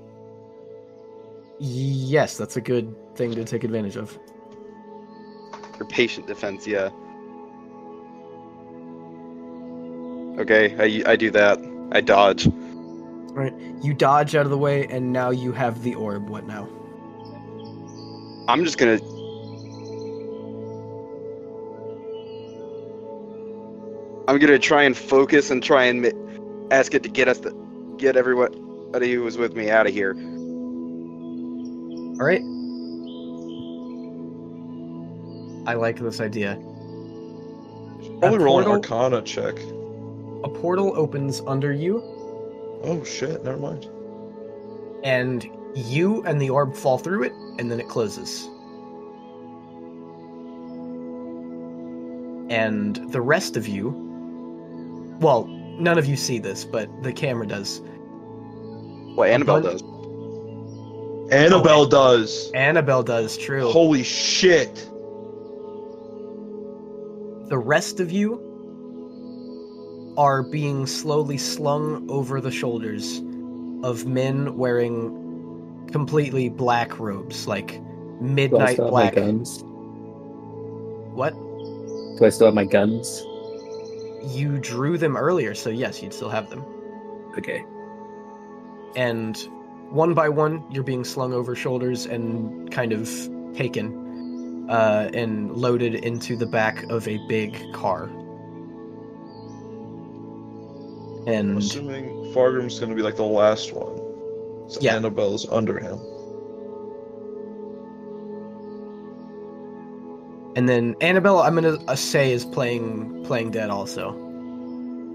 yes, that's a good thing to take advantage of. Or patient defense, yeah. Okay, I, I do that. I dodge. You dodge out of the way, and now you have the orb. What now? I'm just gonna. I'm gonna try and focus and try and mi- ask it to get us the, get everyone, everybody who was with me out of here. All right. I like this idea. Probably roll an portal- arcana check. A portal opens under you, Oh, shit, never mind. and you and the orb fall through it, and then it closes. and the rest of you well none of you see this but the camera does What Annabelle bunch- does? Annabelle does. annabelle does true Holy shit. the rest of you are being slowly slung over the shoulders of men wearing completely black robes like Do I midnight still have black my guns? what Do I still have my guns? you drew them earlier so yes you'd still have them Okay. and one by one you're being slung over shoulders and kind of taken uh, and loaded into the back of a big car I'm and assuming Fargrim's gonna be like the last one. So Yeah. Annabelle's under him. and then annabelle i'm gonna uh, say is playing playing dead also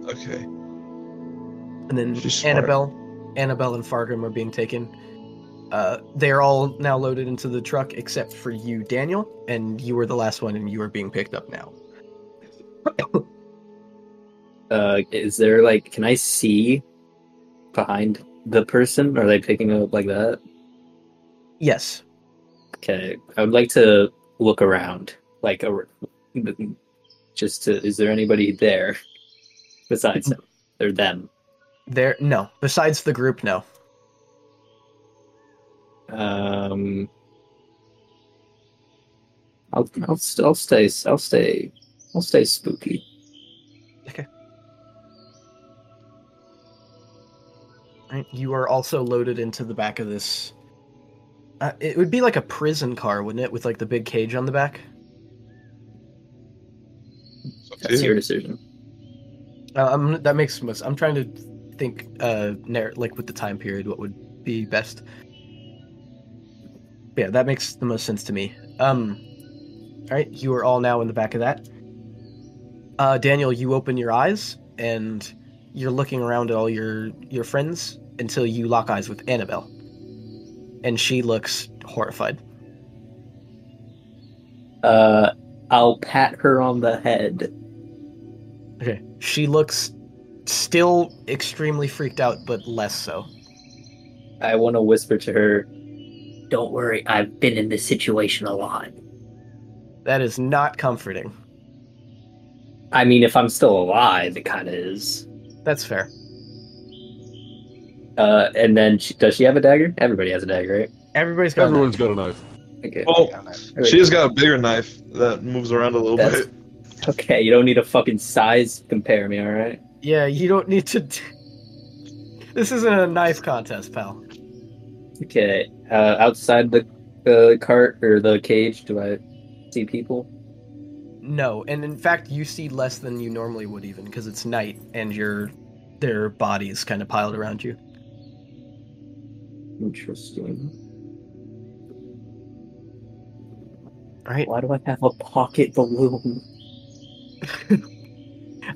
Okay. and then She's smart. annabelle annabelle and fargrim are being taken uh, they're all now loaded into the truck except for you daniel and you were the last one and you are being picked up now Uh, is there like, can I see behind the person? Are they picking up like that? yes Okay, I would like to look around, like, a, just to. Is there anybody there? besides him or them. There, no. Besides the group, no. Um, I'll I'll, st- I'll stay I'll stay I'll stay spooky. Right, You are also loaded into the back of this. Uh, it would be like a prison car, wouldn't it? With like the big cage on the back. That's your decision. Uh, I'm, that makes most. I'm trying to think, uh, narr- like with the time period, what would be best. Yeah, that makes the most sense to me. Um, all right, you are all now in the back of that. Uh, Daniel, you open your eyes and you're looking around at all your your friends until you lock eyes with Annabelle, and she looks horrified. Uh, I'll pat her on the head. Okay, she looks still extremely freaked out, but less so. I want to whisper to her, "Don't worry, I've been in this situation a lot. That is not comforting. I mean, if I'm still alive, it kind of is." That's fair. Uh, and then she, does she have a dagger? Everybody has a dagger, right? Everybody's got Everyone's got a knife. Okay. Oh, Everybody- she's got a bigger knife that moves around a little That's- bit. Okay, you don't need a fucking size compare me, all right? Yeah, you don't need to. t- this isn't a knife contest, pal. Okay. Uh, outside the the cart or the cage, do I see people? No, and in fact, you see less than you normally would, even because it's night and your their bodies kind of piled around you. Interesting. All right, Why do I have a pocket balloon?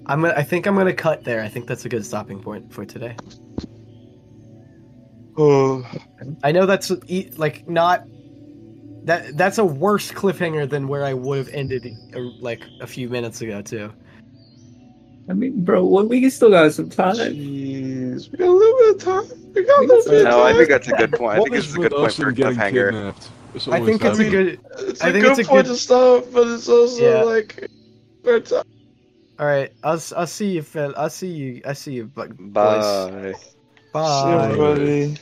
I'm gonna. I think I'm gonna cut there. I think that's a good stopping point for today. Oh, I know that's e- like not that that's a worse cliffhanger than where I would have ended uh, like a few minutes ago too. I mean, bro, what we still got some time. Jeez, we got a little bit of time. We got a little bit of time. no, I think that's a good point. I What think is it's a good with point us for a and getting cliffhanger. kidnapped? It's I always think it's a happening. good. it's I a think good it's a point good- to stop, but it's also Yeah. like we're ti- All right, I'll s- I'll see you, Phil. I'll see you. I see you, bu- boys. Bye. Bye. everybody.